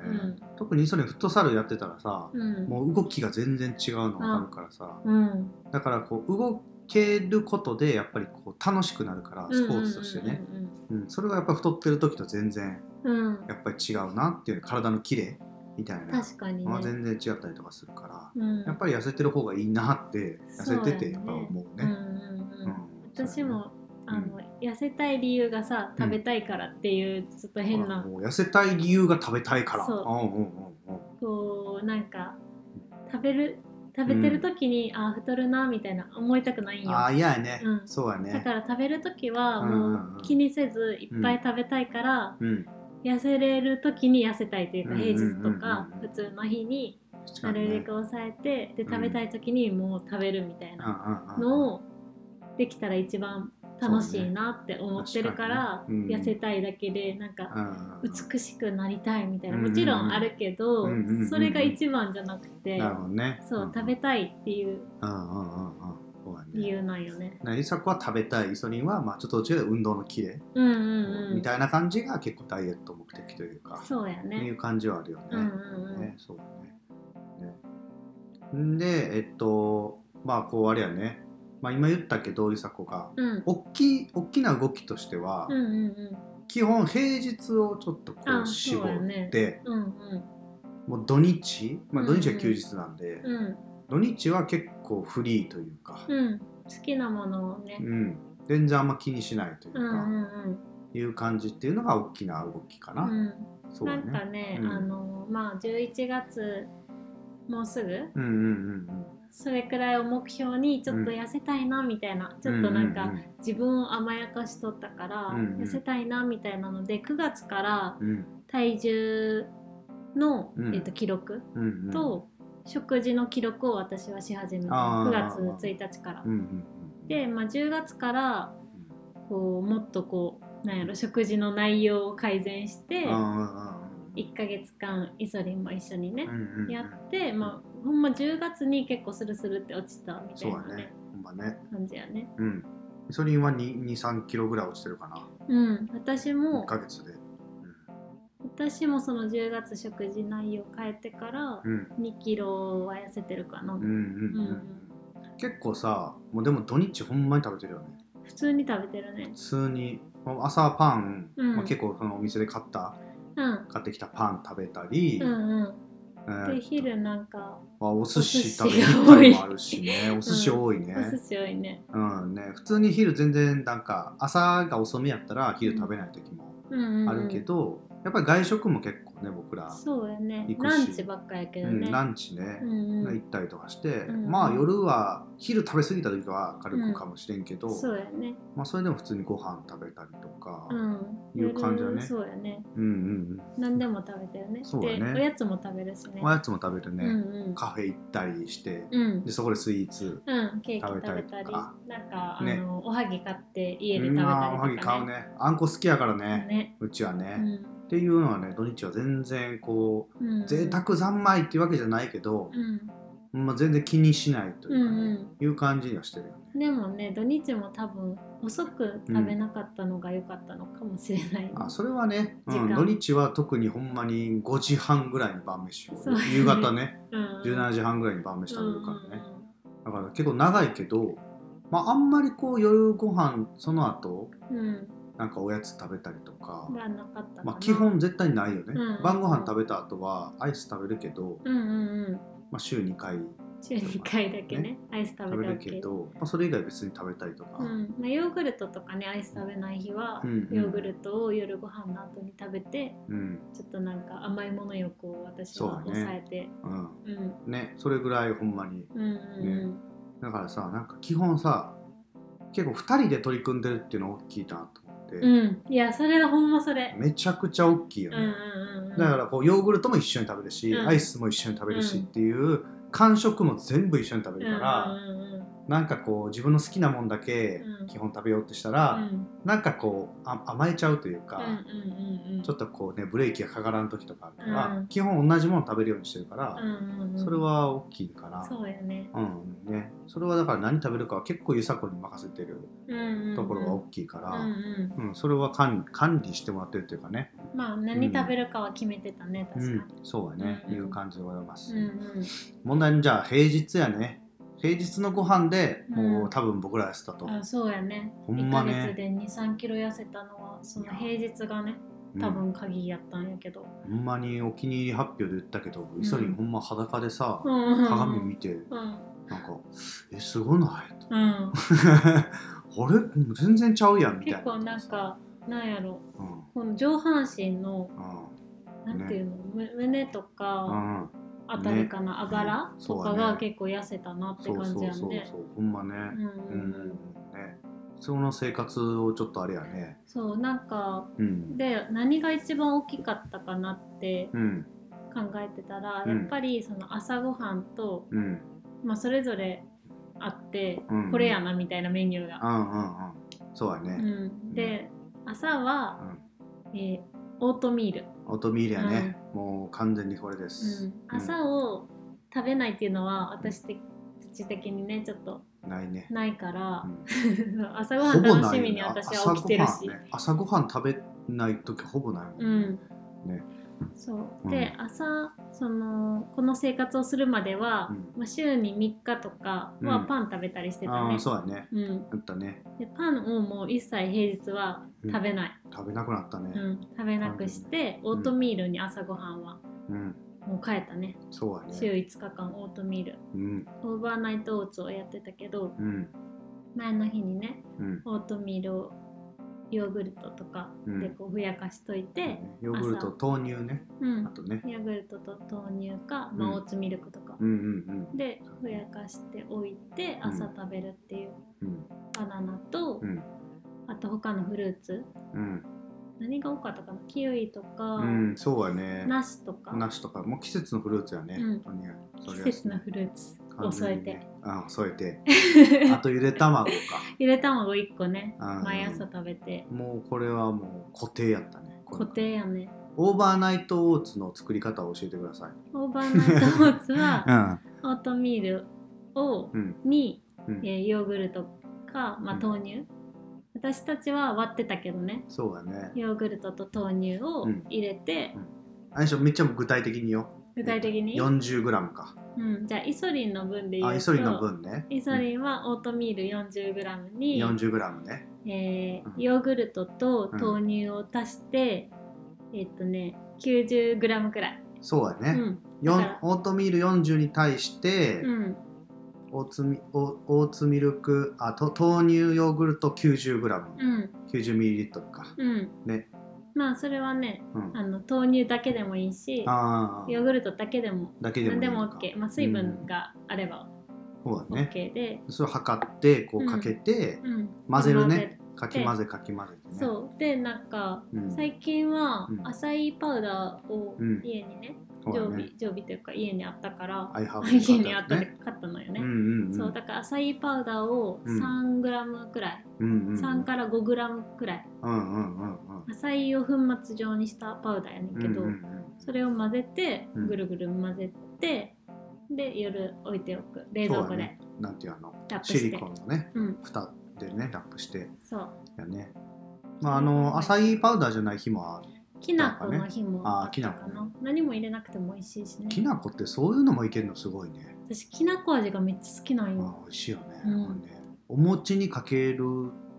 [SPEAKER 2] 特にそれフットサルやってたらさ、
[SPEAKER 1] うん、うん、
[SPEAKER 2] もう動きが全然違うの分かるからさ、
[SPEAKER 1] うん、
[SPEAKER 2] だからこう動けることでやっぱりこう楽しくなるからスポーツとしてね、うんそれがやっぱ太ってる時と全然
[SPEAKER 1] うんうんうんうん、うん
[SPEAKER 2] やっぱり違うなっていう体のキレみたいな
[SPEAKER 1] 確かにね、
[SPEAKER 2] まあ全然違ったりとかするか
[SPEAKER 1] う
[SPEAKER 2] ら、
[SPEAKER 1] ん、
[SPEAKER 2] やっぱり痩せてる方がいいなって痩せててやっぱ思う
[SPEAKER 1] うんう
[SPEAKER 2] ね。
[SPEAKER 1] んうん
[SPEAKER 2] うん
[SPEAKER 1] 私も
[SPEAKER 2] うん
[SPEAKER 1] あの、痩せたい理由がさ
[SPEAKER 2] うん
[SPEAKER 1] 食べたいからっていうちょっと変
[SPEAKER 2] あ
[SPEAKER 1] な、
[SPEAKER 2] もう痩せたい理由が食べたいから
[SPEAKER 1] そうん
[SPEAKER 2] うんうんうん
[SPEAKER 1] こうなんか食べる食べてる時に、あー太るなみたいな思いたくないんよ
[SPEAKER 2] ああ嫌やね、
[SPEAKER 1] うん
[SPEAKER 2] そうやね
[SPEAKER 1] だから食べる時は
[SPEAKER 2] うんうん
[SPEAKER 1] も
[SPEAKER 2] うん
[SPEAKER 1] う気にせずいっぱい食べたいから、
[SPEAKER 2] うん
[SPEAKER 1] 痩せれる時に痩せたいというか、
[SPEAKER 2] うんうんうん
[SPEAKER 1] 平
[SPEAKER 2] うん
[SPEAKER 1] 日とか普通の日になるべく抑えて、で
[SPEAKER 2] うん
[SPEAKER 1] 食べたい時にもう食べるみたいな
[SPEAKER 2] の
[SPEAKER 1] のをできたら一番楽しいなって思ってるから、
[SPEAKER 2] そうね確かにねうん
[SPEAKER 1] 痩せたいだけでなんか美しくなりたいみたいな
[SPEAKER 2] うん
[SPEAKER 1] もちろんあるけど、
[SPEAKER 2] うんうんうんうん
[SPEAKER 1] それが一番じゃなくて、
[SPEAKER 2] なるほどね
[SPEAKER 1] そう、
[SPEAKER 2] ん
[SPEAKER 1] 食べたいっていう
[SPEAKER 2] うんうんうんうんそうやね
[SPEAKER 1] 理由なんよね。
[SPEAKER 2] なイサクは食べたいイソリンはまあちょっとどっちらかというと運動のキレ、
[SPEAKER 1] うんうんうん
[SPEAKER 2] み。たいな感じが結構ダイエット目的というか
[SPEAKER 1] そうや
[SPEAKER 2] い
[SPEAKER 1] ね
[SPEAKER 2] う。感じはあるよね、
[SPEAKER 1] うんうんうん
[SPEAKER 2] ねそうだねねんでえっとまあこうあれやね、まあ、今言ったけどイサコが
[SPEAKER 1] うん。
[SPEAKER 2] 大きい大きな動きとしては、
[SPEAKER 1] うんうんうん。
[SPEAKER 2] 基本平日をちょっとこ
[SPEAKER 1] あ
[SPEAKER 2] う
[SPEAKER 1] そう
[SPEAKER 2] 絞
[SPEAKER 1] やね
[SPEAKER 2] って、
[SPEAKER 1] うん
[SPEAKER 2] もう土日、まあ、
[SPEAKER 1] うん
[SPEAKER 2] 土
[SPEAKER 1] うん
[SPEAKER 2] 日は休日なんで、
[SPEAKER 1] うんうん。
[SPEAKER 2] 土日は結構フリーというか、
[SPEAKER 1] うん。好きなものをね
[SPEAKER 2] うん。全然あんま気にしないというか、
[SPEAKER 1] うんうんうん。
[SPEAKER 2] いう感じっていうのが大きな動きかな、
[SPEAKER 1] うん
[SPEAKER 2] そう
[SPEAKER 1] な
[SPEAKER 2] だ
[SPEAKER 1] んか
[SPEAKER 2] ね。
[SPEAKER 1] ね、
[SPEAKER 2] うん
[SPEAKER 1] あのまあ11月もうすぐ
[SPEAKER 2] うんうんうん
[SPEAKER 1] それくらいを目標にちょっと
[SPEAKER 2] うん
[SPEAKER 1] 痩せたいなみたいな、
[SPEAKER 2] う
[SPEAKER 1] ちょっとなんか、
[SPEAKER 2] うん
[SPEAKER 1] 自分を甘やかしとったから、
[SPEAKER 2] うんうん
[SPEAKER 1] 痩せたいなみたいなので9月から
[SPEAKER 2] うんうん
[SPEAKER 1] 体重の、
[SPEAKER 2] うん
[SPEAKER 1] えっと記録
[SPEAKER 2] うんうんうん、
[SPEAKER 1] と、食事の記録を私はし始めた
[SPEAKER 2] あー
[SPEAKER 1] 9月1日から
[SPEAKER 2] う。んうんうん、
[SPEAKER 1] で、まあ、10月からこうもっとこうなんやろ食事の内容を改善して
[SPEAKER 2] あ
[SPEAKER 1] 1ヶ月間イソリンも一緒にね
[SPEAKER 2] ー、うんうん、
[SPEAKER 1] やって、まあ、ほんま10月に結構スルスルって落ちたみた
[SPEAKER 2] そう
[SPEAKER 1] い
[SPEAKER 2] だ
[SPEAKER 1] な、
[SPEAKER 2] ね
[SPEAKER 1] ね
[SPEAKER 2] ほんまね
[SPEAKER 1] 感じやね。
[SPEAKER 2] うんイソリンは23キロぐらい落ちてるかな
[SPEAKER 1] うん、私
[SPEAKER 2] 1
[SPEAKER 1] も
[SPEAKER 2] ヶ月で
[SPEAKER 1] 私もその10月食事内容変えてから
[SPEAKER 2] うん
[SPEAKER 1] 2キロは痩せてるかな、
[SPEAKER 2] うんうんうん
[SPEAKER 1] うん
[SPEAKER 2] 結構さもうでも土日ほんまに食べてるよね
[SPEAKER 1] 普通に食べてるね
[SPEAKER 2] 普通にもう朝パン、
[SPEAKER 1] うん
[SPEAKER 2] まあ、結構そのお店で買った
[SPEAKER 1] うん
[SPEAKER 2] 買ってきたパン食べたり、
[SPEAKER 1] うんうん
[SPEAKER 2] えー
[SPEAKER 1] で昼なんか
[SPEAKER 2] まあ、お寿
[SPEAKER 1] お
[SPEAKER 2] 司
[SPEAKER 1] 寿司
[SPEAKER 2] 食べに行ったりもあるしねお寿司多いね,、
[SPEAKER 1] お寿司多いね
[SPEAKER 2] うん、ね普通に昼全然なんか朝が遅めやったら昼食べない時も
[SPEAKER 1] うんうんうん
[SPEAKER 2] あるけど、やっぱり外食も結構ね僕ら、
[SPEAKER 1] そうやね
[SPEAKER 2] 行くし
[SPEAKER 1] ランチばっかやけ
[SPEAKER 2] う
[SPEAKER 1] ど
[SPEAKER 2] ん
[SPEAKER 1] ね、
[SPEAKER 2] ランチね
[SPEAKER 1] う、んう
[SPEAKER 2] 行
[SPEAKER 1] ん
[SPEAKER 2] ったりとかして、
[SPEAKER 1] ん
[SPEAKER 2] まあ夜は昼食べ過ぎた時は軽くかもしれんけど、
[SPEAKER 1] そうやね
[SPEAKER 2] まあ、それでも普通にご飯食べたりとか、
[SPEAKER 1] うん
[SPEAKER 2] いう感じだね
[SPEAKER 1] 夜そうやね
[SPEAKER 2] うんうん
[SPEAKER 1] 何でも食べてるね
[SPEAKER 2] そうやね
[SPEAKER 1] でおやつも食べるしね
[SPEAKER 2] うんおやつも食べる
[SPEAKER 1] う
[SPEAKER 2] ね、
[SPEAKER 1] んうん
[SPEAKER 2] カフェ行ったりして
[SPEAKER 1] うん
[SPEAKER 2] でそこでスイーツ
[SPEAKER 1] うん、ケーキ食べたり
[SPEAKER 2] 食べたりとか
[SPEAKER 1] なんかあの、
[SPEAKER 2] ね
[SPEAKER 1] おはぎ買って家で
[SPEAKER 2] う
[SPEAKER 1] 食べたりと
[SPEAKER 2] んまあお
[SPEAKER 1] か、
[SPEAKER 2] はぎ買うねあんこ好きやからね
[SPEAKER 1] ね
[SPEAKER 2] うちはね、
[SPEAKER 1] うん
[SPEAKER 2] っていうのはね土日は全然こう
[SPEAKER 1] うん、
[SPEAKER 2] 贅沢三昧っていうわけじゃないけど
[SPEAKER 1] う、ん
[SPEAKER 2] まあ、全然気にしないと
[SPEAKER 1] う
[SPEAKER 2] いうかね、
[SPEAKER 1] ん
[SPEAKER 2] いう感じにはしてるよね
[SPEAKER 1] うん、でもね土日も多分遅く食べなかったのが良かったのかもしれない、
[SPEAKER 2] あそれはね、う
[SPEAKER 1] 時
[SPEAKER 2] ん、
[SPEAKER 1] 間
[SPEAKER 2] 土日は特にほんまに5時半ぐらいに晩飯を
[SPEAKER 1] そう
[SPEAKER 2] 夕方ね
[SPEAKER 1] うん、
[SPEAKER 2] 17時半ぐらいに晩飯食べるからね、だから結構長いけど、まあ、あんまりこう夜ご飯その後
[SPEAKER 1] うんうん
[SPEAKER 2] なんかおやつ食べたりとか、
[SPEAKER 1] うん、はなかったかな
[SPEAKER 2] まあ、基本絶対ないよね、
[SPEAKER 1] うん
[SPEAKER 2] 晩ご飯食べた後はアイス食べるけど、
[SPEAKER 1] うんうんうん
[SPEAKER 2] まあ、週2回
[SPEAKER 1] 週2回だけね
[SPEAKER 2] ね
[SPEAKER 1] アイス食
[SPEAKER 2] 食
[SPEAKER 1] べ
[SPEAKER 2] べ
[SPEAKER 1] た
[SPEAKER 2] る
[SPEAKER 1] わけ
[SPEAKER 2] けど、まあ、それ以外別に食べたりとか、
[SPEAKER 1] うんまあ、ヨーグルトとかねアイス食べない日は、
[SPEAKER 2] うんうん
[SPEAKER 1] ヨーグルトを夜ご飯の後に食べて
[SPEAKER 2] うん
[SPEAKER 1] ちょっとなんか甘いもの欲を私は
[SPEAKER 2] そうだね
[SPEAKER 1] 抑えて
[SPEAKER 2] うん
[SPEAKER 1] う,、
[SPEAKER 2] ねそれぐらいほんまに
[SPEAKER 1] んうんうん
[SPEAKER 2] だからさなんか基本さ結構2人で取り組んでるっていうの大きいなと思って、
[SPEAKER 1] うん、うん、いやそれはほんまそれ、
[SPEAKER 2] めちゃくちゃ大きいよ
[SPEAKER 1] うん
[SPEAKER 2] ね、
[SPEAKER 1] うんうんうん、
[SPEAKER 2] だからこうヨーグルトも一緒に食べるし、
[SPEAKER 1] うん
[SPEAKER 2] アイスも一緒に食べるし
[SPEAKER 1] うん
[SPEAKER 2] っていう感触も全部一緒に食べるから、
[SPEAKER 1] うんうんうん
[SPEAKER 2] なんかこう自分の好きなもんだけ
[SPEAKER 1] うん
[SPEAKER 2] 基本食べようとしたら、
[SPEAKER 1] うん
[SPEAKER 2] なんかこうあ甘えちゃうというか、
[SPEAKER 1] うんうんうん、
[SPEAKER 2] ちょっとこうねブレーキがかからん時とかあるから、
[SPEAKER 1] うん
[SPEAKER 2] 基本同じもの食べるようにしてるから、
[SPEAKER 1] うんうんうん、
[SPEAKER 2] それは大きいかな。
[SPEAKER 1] そうやね、
[SPEAKER 2] うんね、それはだから何食べるかは結構ゆさこに任せてる
[SPEAKER 1] うんうんうん、
[SPEAKER 2] ところが大きいから、
[SPEAKER 1] うんうん、
[SPEAKER 2] うんそれは管管理してもらってるというかね、
[SPEAKER 1] まあ何食べるかは決めてたね、
[SPEAKER 2] う
[SPEAKER 1] 確
[SPEAKER 2] ん
[SPEAKER 1] か、
[SPEAKER 2] そうやね、
[SPEAKER 1] うんうん
[SPEAKER 2] いう感じでございます、
[SPEAKER 1] に、うん
[SPEAKER 2] 問題のじゃあ平日やね平日のご飯でもう、
[SPEAKER 1] うん
[SPEAKER 2] 多分僕らやってたと、
[SPEAKER 1] うん、あそうやね
[SPEAKER 2] ほんまね
[SPEAKER 1] 1ヶ月で2 3キロ痩せたのはその平日がね
[SPEAKER 2] うん
[SPEAKER 1] 多分鍵やったんやけど、
[SPEAKER 2] ほんまにお気に入り発表で言ったけどイソリンほんま裸でさ、
[SPEAKER 1] うんうんうん、
[SPEAKER 2] 鏡見て
[SPEAKER 1] *laughs* うん
[SPEAKER 2] なんか「えすごない?」 *laughs* と
[SPEAKER 1] うん、
[SPEAKER 2] あれ全然ちゃうやん」みたいな
[SPEAKER 1] 結構なんかなんやろ
[SPEAKER 2] うん
[SPEAKER 1] この上半身の
[SPEAKER 2] う
[SPEAKER 1] なんていうの、む胸とか
[SPEAKER 2] んうん
[SPEAKER 1] あたりかな、あばら
[SPEAKER 2] うん
[SPEAKER 1] と
[SPEAKER 2] そう
[SPEAKER 1] か
[SPEAKER 2] やね
[SPEAKER 1] が結構痩せたなって
[SPEAKER 2] そう
[SPEAKER 1] 感じ
[SPEAKER 2] そう
[SPEAKER 1] や
[SPEAKER 2] そ
[SPEAKER 1] ん
[SPEAKER 2] う
[SPEAKER 1] ね。
[SPEAKER 2] そうほんまね
[SPEAKER 1] うんう
[SPEAKER 2] うんん、
[SPEAKER 1] うん
[SPEAKER 2] ねその生活をちょっとあれやね
[SPEAKER 1] そうなんか
[SPEAKER 2] うん
[SPEAKER 1] で何が一番大きかったかなって
[SPEAKER 2] うん
[SPEAKER 1] 考えてたら、
[SPEAKER 2] うん
[SPEAKER 1] やっぱりその朝ごはんと、
[SPEAKER 2] うん
[SPEAKER 1] まあ、それぞれあって、
[SPEAKER 2] うん
[SPEAKER 1] これやなみたいなメニュー
[SPEAKER 2] う
[SPEAKER 1] が。
[SPEAKER 2] んうんうんそうや
[SPEAKER 1] う
[SPEAKER 2] ね、
[SPEAKER 1] ん、で朝は、
[SPEAKER 2] う
[SPEAKER 1] えーオートミール、
[SPEAKER 2] ん、オートミールやね、もう完全にこれで
[SPEAKER 1] う
[SPEAKER 2] す
[SPEAKER 1] ん、、朝を食べないっていうのは私的的にねちょっと
[SPEAKER 2] うんないね、
[SPEAKER 1] ないから
[SPEAKER 2] う、ん
[SPEAKER 1] *laughs* 朝ごはん楽しみに私は起きてる
[SPEAKER 2] 朝
[SPEAKER 1] し
[SPEAKER 2] ご,、。ね、朝ごはん食べない時ほぼないもん、
[SPEAKER 1] うん
[SPEAKER 2] ね
[SPEAKER 1] そうで、朝そのこの生活をするまでは、
[SPEAKER 2] うん
[SPEAKER 1] まあ、週に3日とか
[SPEAKER 2] う
[SPEAKER 1] は
[SPEAKER 2] ん
[SPEAKER 1] パン食べたりしてた
[SPEAKER 2] あ
[SPEAKER 1] ね
[SPEAKER 2] あ、そうやね
[SPEAKER 1] うん
[SPEAKER 2] あったね
[SPEAKER 1] でパンをもう一切平日は食べない、
[SPEAKER 2] 食べなくなった
[SPEAKER 1] うん
[SPEAKER 2] ね
[SPEAKER 1] 食べなくして、オートミールに朝ごはんは
[SPEAKER 2] うん、
[SPEAKER 1] もう変えたね
[SPEAKER 2] そうや
[SPEAKER 1] 週
[SPEAKER 2] ね
[SPEAKER 1] 5日間オートミール
[SPEAKER 2] うん
[SPEAKER 1] オーバーナイトオーツをやってたけど
[SPEAKER 2] うん
[SPEAKER 1] 前の日にね
[SPEAKER 2] うん
[SPEAKER 1] オートミールをヨーグルトとか
[SPEAKER 2] うん
[SPEAKER 1] でこうふやかしといて、
[SPEAKER 2] ヨーグルト豆乳ね
[SPEAKER 1] うん
[SPEAKER 2] あとね
[SPEAKER 1] ヨーグルトと豆乳か、まあ
[SPEAKER 2] うん
[SPEAKER 1] オーツミルクとか、
[SPEAKER 2] うんうん
[SPEAKER 1] でふやかしておいて
[SPEAKER 2] うん
[SPEAKER 1] 朝食べるっていう、
[SPEAKER 2] うんうん
[SPEAKER 1] バナナと、
[SPEAKER 2] うん
[SPEAKER 1] あと他のフルーツ
[SPEAKER 2] うん
[SPEAKER 1] 何が多かったかなキウイとか、
[SPEAKER 2] うんそうやね
[SPEAKER 1] ナシとか
[SPEAKER 2] 梨とかもう季節のフルーツやね、
[SPEAKER 1] うん
[SPEAKER 2] とにかくそれ
[SPEAKER 1] 季
[SPEAKER 2] は
[SPEAKER 1] 節のフルーツを添えて。
[SPEAKER 2] あ添え
[SPEAKER 1] *laughs*
[SPEAKER 2] てあとゆで卵か
[SPEAKER 1] ゆで卵1個ね
[SPEAKER 2] あー
[SPEAKER 1] 毎朝食べて
[SPEAKER 2] もうこれはもう固定やったねこれ
[SPEAKER 1] 固定やね
[SPEAKER 2] オーバーナイトオーツの作り方を教えてください
[SPEAKER 1] オーバーナイトオーツは
[SPEAKER 2] うん
[SPEAKER 1] オートミールを
[SPEAKER 2] うん
[SPEAKER 1] に、
[SPEAKER 2] うん
[SPEAKER 1] えーヨーグルトか、まあ、
[SPEAKER 2] うん
[SPEAKER 1] 豆乳、私たちは割ってたけどね
[SPEAKER 2] そうだね
[SPEAKER 1] ヨーグルトと豆乳を
[SPEAKER 2] うん
[SPEAKER 1] 入れて、
[SPEAKER 2] あれでしょめっちゃ具体的によ
[SPEAKER 1] 具体的に、うん
[SPEAKER 2] 40g か
[SPEAKER 1] じゃあイソリンの分で言うと
[SPEAKER 2] あイソリンの分ね
[SPEAKER 1] イソリンはオートミール 40g に、
[SPEAKER 2] 40g ね
[SPEAKER 1] えー
[SPEAKER 2] うん
[SPEAKER 1] ヨーグルトと
[SPEAKER 2] うん
[SPEAKER 1] 豆乳を足して、えっとね 90g くらい、
[SPEAKER 2] そう
[SPEAKER 1] う
[SPEAKER 2] だね、
[SPEAKER 1] ん
[SPEAKER 2] よん
[SPEAKER 1] だから
[SPEAKER 2] オートミール40に対して、
[SPEAKER 1] うん、
[SPEAKER 2] オーツミオオーツミルクあと豆乳ヨーグルト 90g90ml、
[SPEAKER 1] うん
[SPEAKER 2] 90ml か、
[SPEAKER 1] うん
[SPEAKER 2] ね
[SPEAKER 1] まあそれはね
[SPEAKER 2] うん、
[SPEAKER 1] あの豆乳だけでもいいし
[SPEAKER 2] あー
[SPEAKER 1] ヨーグルトだけでも
[SPEAKER 2] だけでもい
[SPEAKER 1] 何
[SPEAKER 2] い
[SPEAKER 1] で
[SPEAKER 2] の
[SPEAKER 1] も
[SPEAKER 2] か
[SPEAKER 1] OK、まあ、水分があれば
[SPEAKER 2] そうだね
[SPEAKER 1] OK で、
[SPEAKER 2] それを測ってこうかけて、
[SPEAKER 1] うん
[SPEAKER 2] 混ぜる
[SPEAKER 1] 混ぜ
[SPEAKER 2] ねかき混ぜかき混ぜてね
[SPEAKER 1] そうでなんか
[SPEAKER 2] うん
[SPEAKER 1] 最近は
[SPEAKER 2] うん
[SPEAKER 1] アサイーパウダーを
[SPEAKER 2] うん
[SPEAKER 1] 家にね、
[SPEAKER 2] そう
[SPEAKER 1] 常
[SPEAKER 2] だ
[SPEAKER 1] 備
[SPEAKER 2] ね
[SPEAKER 1] 常備というか家にあったから、
[SPEAKER 2] アイハー
[SPEAKER 1] *laughs*
[SPEAKER 2] ブ
[SPEAKER 1] 家にあったで
[SPEAKER 2] ね
[SPEAKER 1] 買ったのよ
[SPEAKER 2] う
[SPEAKER 1] ね、
[SPEAKER 2] んうんうん
[SPEAKER 1] そうだからアサイーパウダーを
[SPEAKER 2] うん
[SPEAKER 1] 3g くらい、
[SPEAKER 2] うんうんうん
[SPEAKER 1] 3から 5g くらい
[SPEAKER 2] うんうんうんうん
[SPEAKER 1] アサイーを粉末状にしたパウダーやねんけど、
[SPEAKER 2] うんうん
[SPEAKER 1] それを混ぜて
[SPEAKER 2] うん
[SPEAKER 1] ぐるぐる混ぜて、で夜置いておく冷蔵庫
[SPEAKER 2] そうだ
[SPEAKER 1] で、
[SPEAKER 2] ねなんていうあの
[SPEAKER 1] ラップし
[SPEAKER 2] シ
[SPEAKER 1] て
[SPEAKER 2] リコンのね
[SPEAKER 1] うん
[SPEAKER 2] 蓋でねラップして
[SPEAKER 1] そう
[SPEAKER 2] やねまああのアサイーパウダーじゃない日もある
[SPEAKER 1] きな粉の日もあっ
[SPEAKER 2] あー
[SPEAKER 1] たか
[SPEAKER 2] きな
[SPEAKER 1] な、何も入れなくても美味しいしね
[SPEAKER 2] きな粉ってそういうのもいけるのすごいね
[SPEAKER 1] 私きなこ味がめっちゃ好きなんよ
[SPEAKER 2] あ、美味しいよね,、
[SPEAKER 1] うん
[SPEAKER 2] これねお餅にかける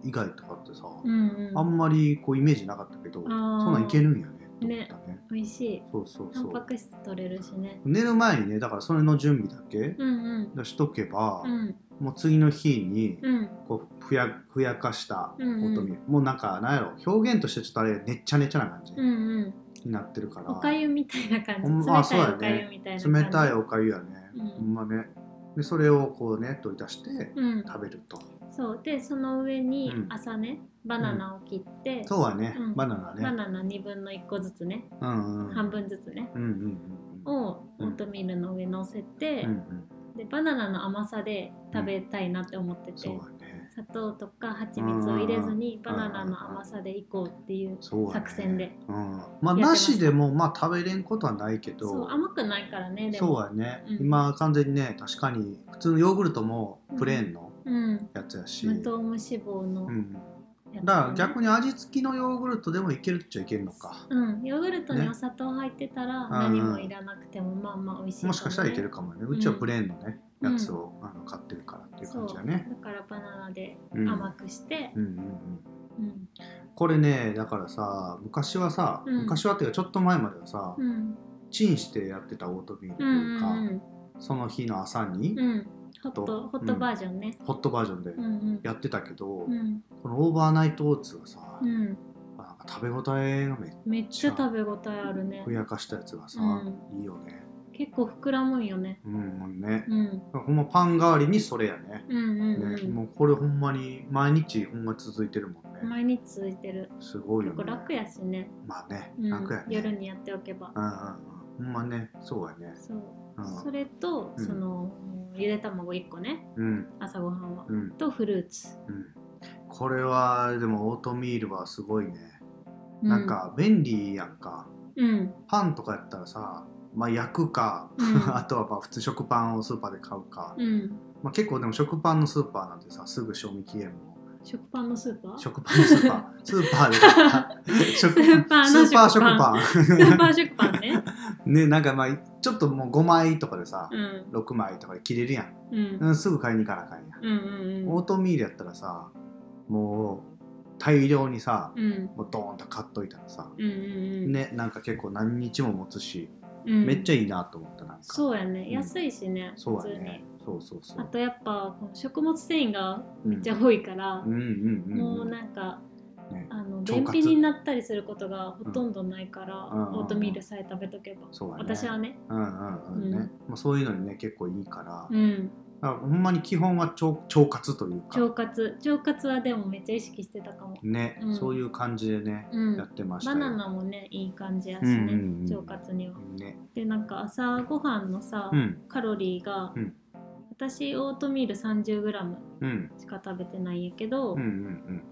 [SPEAKER 2] 以外とかってさ、
[SPEAKER 1] うんうん
[SPEAKER 2] あんまりこうイメージなかったけどそんなんいけるんやねって思ったね
[SPEAKER 1] 美味しい
[SPEAKER 2] そうそう
[SPEAKER 1] タ
[SPEAKER 2] そ
[SPEAKER 1] ンパ
[SPEAKER 2] う
[SPEAKER 1] ク質取れるしね
[SPEAKER 2] 寝る前にねだからそれの準備だけ
[SPEAKER 1] うんうん
[SPEAKER 2] しとけば、
[SPEAKER 1] うん
[SPEAKER 2] もう次の日に
[SPEAKER 1] うん
[SPEAKER 2] こうふやふやかしたオ
[SPEAKER 1] うんうん
[SPEAKER 2] ートミール、もうなんかなんやろ表現としてちょっとあれねっちゃねちゃな感じ
[SPEAKER 1] うんうん
[SPEAKER 2] になってるから、
[SPEAKER 1] おかゆみたいな感じ
[SPEAKER 2] ほん
[SPEAKER 1] 冷
[SPEAKER 2] まあ
[SPEAKER 1] たい
[SPEAKER 2] そうだね
[SPEAKER 1] おかゆみたいな感じ
[SPEAKER 2] 冷たいおかゆやね、
[SPEAKER 1] うん
[SPEAKER 2] ほんまねでそれをこうね取り出して
[SPEAKER 1] うん
[SPEAKER 2] 食べると、
[SPEAKER 1] そうでその上に
[SPEAKER 2] うん
[SPEAKER 1] 朝ねバナナを切って、
[SPEAKER 2] そうはね、
[SPEAKER 1] うん
[SPEAKER 2] バナナね
[SPEAKER 1] バナナ2分の1個ずつね、
[SPEAKER 2] うんうん、
[SPEAKER 1] 半分ずつね
[SPEAKER 2] うんうんうんうん
[SPEAKER 1] をオートミールの上乗せて、
[SPEAKER 2] うんうん
[SPEAKER 1] でバナナの甘さで食べたいなって思ってて、
[SPEAKER 2] そうだね
[SPEAKER 1] 砂糖とか蜂蜜を入れずにバナナの甘さでいこうっていう
[SPEAKER 2] そうだね
[SPEAKER 1] 作戦で
[SPEAKER 2] うん、
[SPEAKER 1] や
[SPEAKER 2] まあ
[SPEAKER 1] ってま
[SPEAKER 2] な
[SPEAKER 1] した
[SPEAKER 2] しでもまあ食べれんことはないけど
[SPEAKER 1] そう甘くないからねでも
[SPEAKER 2] そうやね、
[SPEAKER 1] うん
[SPEAKER 2] 今完全にね確かに普通のヨーグルトもプレーンの
[SPEAKER 1] うん
[SPEAKER 2] やつやし、うん
[SPEAKER 1] 無糖無脂肪のやつね
[SPEAKER 2] だから逆に味付きのヨーグルトでもいけるっちゃいけるのか
[SPEAKER 1] うんヨーグルトに
[SPEAKER 2] ね
[SPEAKER 1] お砂糖入ってたら
[SPEAKER 2] ん
[SPEAKER 1] 何もいらなくてもまあまあ美味しい
[SPEAKER 2] もしかしたらいける
[SPEAKER 1] か
[SPEAKER 2] かもね
[SPEAKER 1] ん
[SPEAKER 2] うちはプレーンのね、
[SPEAKER 1] うん
[SPEAKER 2] やつをあの買ってるからっていう
[SPEAKER 1] そ
[SPEAKER 2] 感
[SPEAKER 1] う
[SPEAKER 2] じ
[SPEAKER 1] だ
[SPEAKER 2] だね、
[SPEAKER 1] からバナナで
[SPEAKER 2] うん、
[SPEAKER 1] 甘くして
[SPEAKER 2] うんうんうん
[SPEAKER 1] うん
[SPEAKER 2] これねだからさ昔はさ、
[SPEAKER 1] うん
[SPEAKER 2] 昔はっていうかちょっと前まではさ、
[SPEAKER 1] うん
[SPEAKER 2] チンしてやってたオートミールと
[SPEAKER 1] う
[SPEAKER 2] い
[SPEAKER 1] ん
[SPEAKER 2] う
[SPEAKER 1] う
[SPEAKER 2] か、
[SPEAKER 1] ん
[SPEAKER 2] その日の朝に
[SPEAKER 1] うんうんホットホットバージョンね
[SPEAKER 2] ホットバージョンで
[SPEAKER 1] うんうん
[SPEAKER 2] やってたけど、
[SPEAKER 1] うん
[SPEAKER 2] このオーバーナイトオーツがさ、
[SPEAKER 1] うん
[SPEAKER 2] なんか食べ応えがめっ
[SPEAKER 1] めっちゃ食べ応えあるね
[SPEAKER 2] ふやかしたやつがさ、
[SPEAKER 1] う
[SPEAKER 2] いいよね
[SPEAKER 1] 結構膨らむんよね
[SPEAKER 2] うんもうね
[SPEAKER 1] うん
[SPEAKER 2] ほんまパン代わりにそれやね,、
[SPEAKER 1] うんうん
[SPEAKER 2] ね
[SPEAKER 1] うん
[SPEAKER 2] もうこれほんまに毎日ほんま続いてるもんね、
[SPEAKER 1] 毎日続いてる
[SPEAKER 2] すごいよ
[SPEAKER 1] 結
[SPEAKER 2] ね
[SPEAKER 1] 構楽やしね、
[SPEAKER 2] まあね、
[SPEAKER 1] うん、
[SPEAKER 2] 楽やね
[SPEAKER 1] 夜にやっておけば、
[SPEAKER 2] うんうんうんほんまねそうやね
[SPEAKER 1] そう
[SPEAKER 2] うん
[SPEAKER 1] それと、
[SPEAKER 2] うん
[SPEAKER 1] そのゆで卵1個ね
[SPEAKER 2] うん
[SPEAKER 1] 朝ごはんは、
[SPEAKER 2] うん
[SPEAKER 1] とフルーツ、
[SPEAKER 2] うんこれはでもオートミールはすごいね、
[SPEAKER 1] う
[SPEAKER 2] なんか便利やんか
[SPEAKER 1] うん
[SPEAKER 2] パンとかやったらさまあ焼くか、
[SPEAKER 1] うん
[SPEAKER 2] *laughs* あとはまあ普通食パンをスーパーで買うか、
[SPEAKER 1] うん
[SPEAKER 2] まあ、結構でも食パンのスーパーなんてさすぐ賞味期限も
[SPEAKER 1] 食パンのスーパー
[SPEAKER 2] 食パンのスーパー
[SPEAKER 1] *laughs*
[SPEAKER 2] スーパーで買った食
[SPEAKER 1] スーパーの
[SPEAKER 2] スーパ
[SPEAKER 1] 食
[SPEAKER 2] ー食パ
[SPEAKER 1] パ
[SPEAKER 2] ン
[SPEAKER 1] スーパー食パンね
[SPEAKER 2] *laughs* ねなんかまあちょっともう5枚とかでさ、
[SPEAKER 1] うん
[SPEAKER 2] 6枚とかで切れるやん、
[SPEAKER 1] うん
[SPEAKER 2] うんすぐ買いに行かなあかんやん、
[SPEAKER 1] うんうんうん
[SPEAKER 2] オートミールやったらさもう大量にさ
[SPEAKER 1] うん
[SPEAKER 2] もうドーンと買っといたらさ、
[SPEAKER 1] うんうん
[SPEAKER 2] ねなんか結構何日も持つし、
[SPEAKER 1] うん
[SPEAKER 2] めっちゃ
[SPEAKER 1] ゃ
[SPEAKER 2] いいなと思ったなんか
[SPEAKER 1] そうやね
[SPEAKER 2] ん
[SPEAKER 1] 安いしね、
[SPEAKER 2] そう
[SPEAKER 1] 普
[SPEAKER 2] や
[SPEAKER 1] 通に、
[SPEAKER 2] ねそうそうそ
[SPEAKER 1] あ
[SPEAKER 2] う
[SPEAKER 1] とやっぱこの食物繊維がめ
[SPEAKER 2] め
[SPEAKER 1] っちゃ多いから
[SPEAKER 2] う、んうんうん
[SPEAKER 1] もう
[SPEAKER 2] うん
[SPEAKER 1] なんか、
[SPEAKER 2] ね
[SPEAKER 1] あの
[SPEAKER 2] 腸
[SPEAKER 1] 便
[SPEAKER 2] 活
[SPEAKER 1] 秘になったりすることがほとんどないから、
[SPEAKER 2] うんうんうんうん
[SPEAKER 1] オートミールさえ食べとけば、
[SPEAKER 2] そうやね
[SPEAKER 1] 私はね
[SPEAKER 2] うんうんうん
[SPEAKER 1] う
[SPEAKER 2] ね
[SPEAKER 1] ん
[SPEAKER 2] まあそういうのにね結構いいから,、
[SPEAKER 1] うん
[SPEAKER 2] だからほんまに基本は腸腸活という
[SPEAKER 1] 腸
[SPEAKER 2] か
[SPEAKER 1] 活腸活はでもめっちゃ意識してたかも、
[SPEAKER 2] ね、
[SPEAKER 1] うん
[SPEAKER 2] そういう感じでね、
[SPEAKER 1] うん
[SPEAKER 2] やってました
[SPEAKER 1] バ
[SPEAKER 2] よ
[SPEAKER 1] ナナもねいい感じやし
[SPEAKER 2] うん
[SPEAKER 1] ね、
[SPEAKER 2] うんうん
[SPEAKER 1] 腸活には
[SPEAKER 2] ね
[SPEAKER 1] でなんか朝ごはんのさ、
[SPEAKER 2] うん
[SPEAKER 1] カロリーが、
[SPEAKER 2] うん
[SPEAKER 1] 私オートミール 30g
[SPEAKER 2] うん
[SPEAKER 1] しか食べてないんやけど、
[SPEAKER 2] うんうん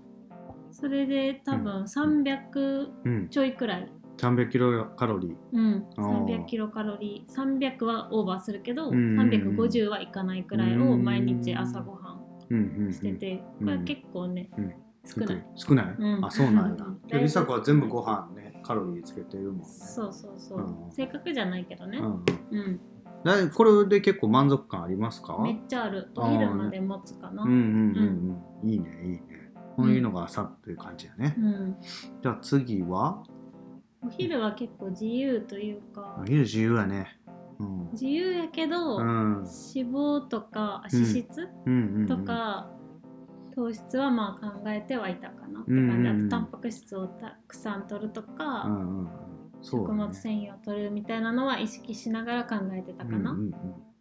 [SPEAKER 1] それで多分300
[SPEAKER 2] うんうん
[SPEAKER 1] ちょいくらい、
[SPEAKER 2] 300キロカロリー
[SPEAKER 1] うん、
[SPEAKER 2] あー
[SPEAKER 1] 300キロカロリー300はオーバーするけど、
[SPEAKER 2] うんうんうん
[SPEAKER 1] 350はいかないくらいを毎日朝ごは
[SPEAKER 2] うんうんうん
[SPEAKER 1] んしてて、
[SPEAKER 2] うん
[SPEAKER 1] これは結構ね、
[SPEAKER 2] うん
[SPEAKER 1] 少ない、
[SPEAKER 2] 少ない、
[SPEAKER 1] うん
[SPEAKER 2] あそう
[SPEAKER 1] *laughs*
[SPEAKER 2] なんや
[SPEAKER 1] うん
[SPEAKER 2] で梨紗子は全部ご飯ねカロリーつけてるもんね
[SPEAKER 1] そうそうそう、
[SPEAKER 2] うん
[SPEAKER 1] 正確じゃないけどね
[SPEAKER 2] う、んうん
[SPEAKER 1] うん
[SPEAKER 2] だこれで結構満足感ありますか
[SPEAKER 1] めっちゃあるお昼まで持つかな、
[SPEAKER 2] うんうんうんうんいいねいいねこういうのが朝っていう感じやね、
[SPEAKER 1] うん
[SPEAKER 2] じゃあ次は
[SPEAKER 1] お昼は結構自由というか
[SPEAKER 2] お昼自由やねうん、
[SPEAKER 1] 自由やけど、
[SPEAKER 2] う
[SPEAKER 1] 脂
[SPEAKER 2] ん、
[SPEAKER 1] 肪とか脂質
[SPEAKER 2] うんうん
[SPEAKER 1] とか、糖質はまあ考えてはいたかなって感じ、
[SPEAKER 2] うんうん
[SPEAKER 1] あとタンパク質をたくさん取るとか、
[SPEAKER 2] うんうんうんそう
[SPEAKER 1] 食
[SPEAKER 2] だね
[SPEAKER 1] 物繊維を取るみたいなのは意識しながら考えてたか
[SPEAKER 2] う。
[SPEAKER 1] なん
[SPEAKER 2] うんうん、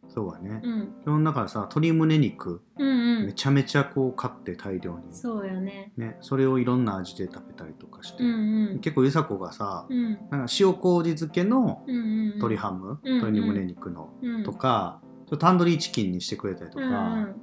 [SPEAKER 2] そうだね、
[SPEAKER 1] うん、
[SPEAKER 2] その中でさ鶏胸肉
[SPEAKER 1] うん、うん
[SPEAKER 2] めちゃめちゃこう買って大量に、
[SPEAKER 1] そうよね。
[SPEAKER 2] ね、それをいろんな味で食べたりとかして、
[SPEAKER 1] うんうん。
[SPEAKER 2] 結構梨紗子がさ、
[SPEAKER 1] うん
[SPEAKER 2] なんか塩麹漬けの
[SPEAKER 1] うんうんうん。
[SPEAKER 2] 鶏ハム、
[SPEAKER 1] うんうん
[SPEAKER 2] 鶏胸肉の
[SPEAKER 1] うん
[SPEAKER 2] とか、ちょっとタンドリーチキンにしてくれたりと
[SPEAKER 1] う
[SPEAKER 2] か、
[SPEAKER 1] んうん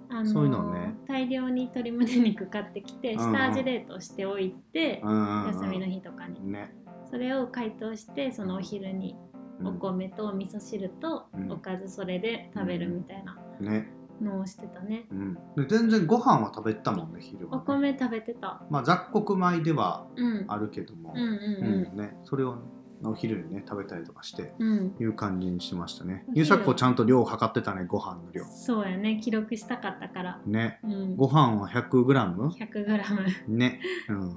[SPEAKER 1] あのー
[SPEAKER 2] そういうのね
[SPEAKER 1] 大量に鶏胸肉買ってきて
[SPEAKER 2] うんうん
[SPEAKER 1] 下味冷凍しておいて、
[SPEAKER 2] うん
[SPEAKER 1] 休みの
[SPEAKER 2] 日
[SPEAKER 1] 日とかに
[SPEAKER 2] ね、
[SPEAKER 1] それを解凍してそのお昼に
[SPEAKER 2] うん
[SPEAKER 1] お米とお味噌汁と
[SPEAKER 2] うん
[SPEAKER 1] おかずそれで食べるみたいな
[SPEAKER 2] ね、
[SPEAKER 1] のをしてたね
[SPEAKER 2] うん、で全然ご飯は食べてたもんね昼は
[SPEAKER 1] お
[SPEAKER 2] ね、
[SPEAKER 1] 米食べてた
[SPEAKER 2] まあ雑穀米では
[SPEAKER 1] うん
[SPEAKER 2] あるけども、
[SPEAKER 1] うんうん
[SPEAKER 2] うんね、それを、ね、お昼にね食べたりとかして
[SPEAKER 1] うんうん
[SPEAKER 2] いう感じにしましたね
[SPEAKER 1] お昼
[SPEAKER 2] ゆさこちゃんと量を測ってたねご飯の量
[SPEAKER 1] そうやね記録したかったから
[SPEAKER 2] ね
[SPEAKER 1] うん
[SPEAKER 2] ご飯は 100g
[SPEAKER 1] 100g
[SPEAKER 2] ね、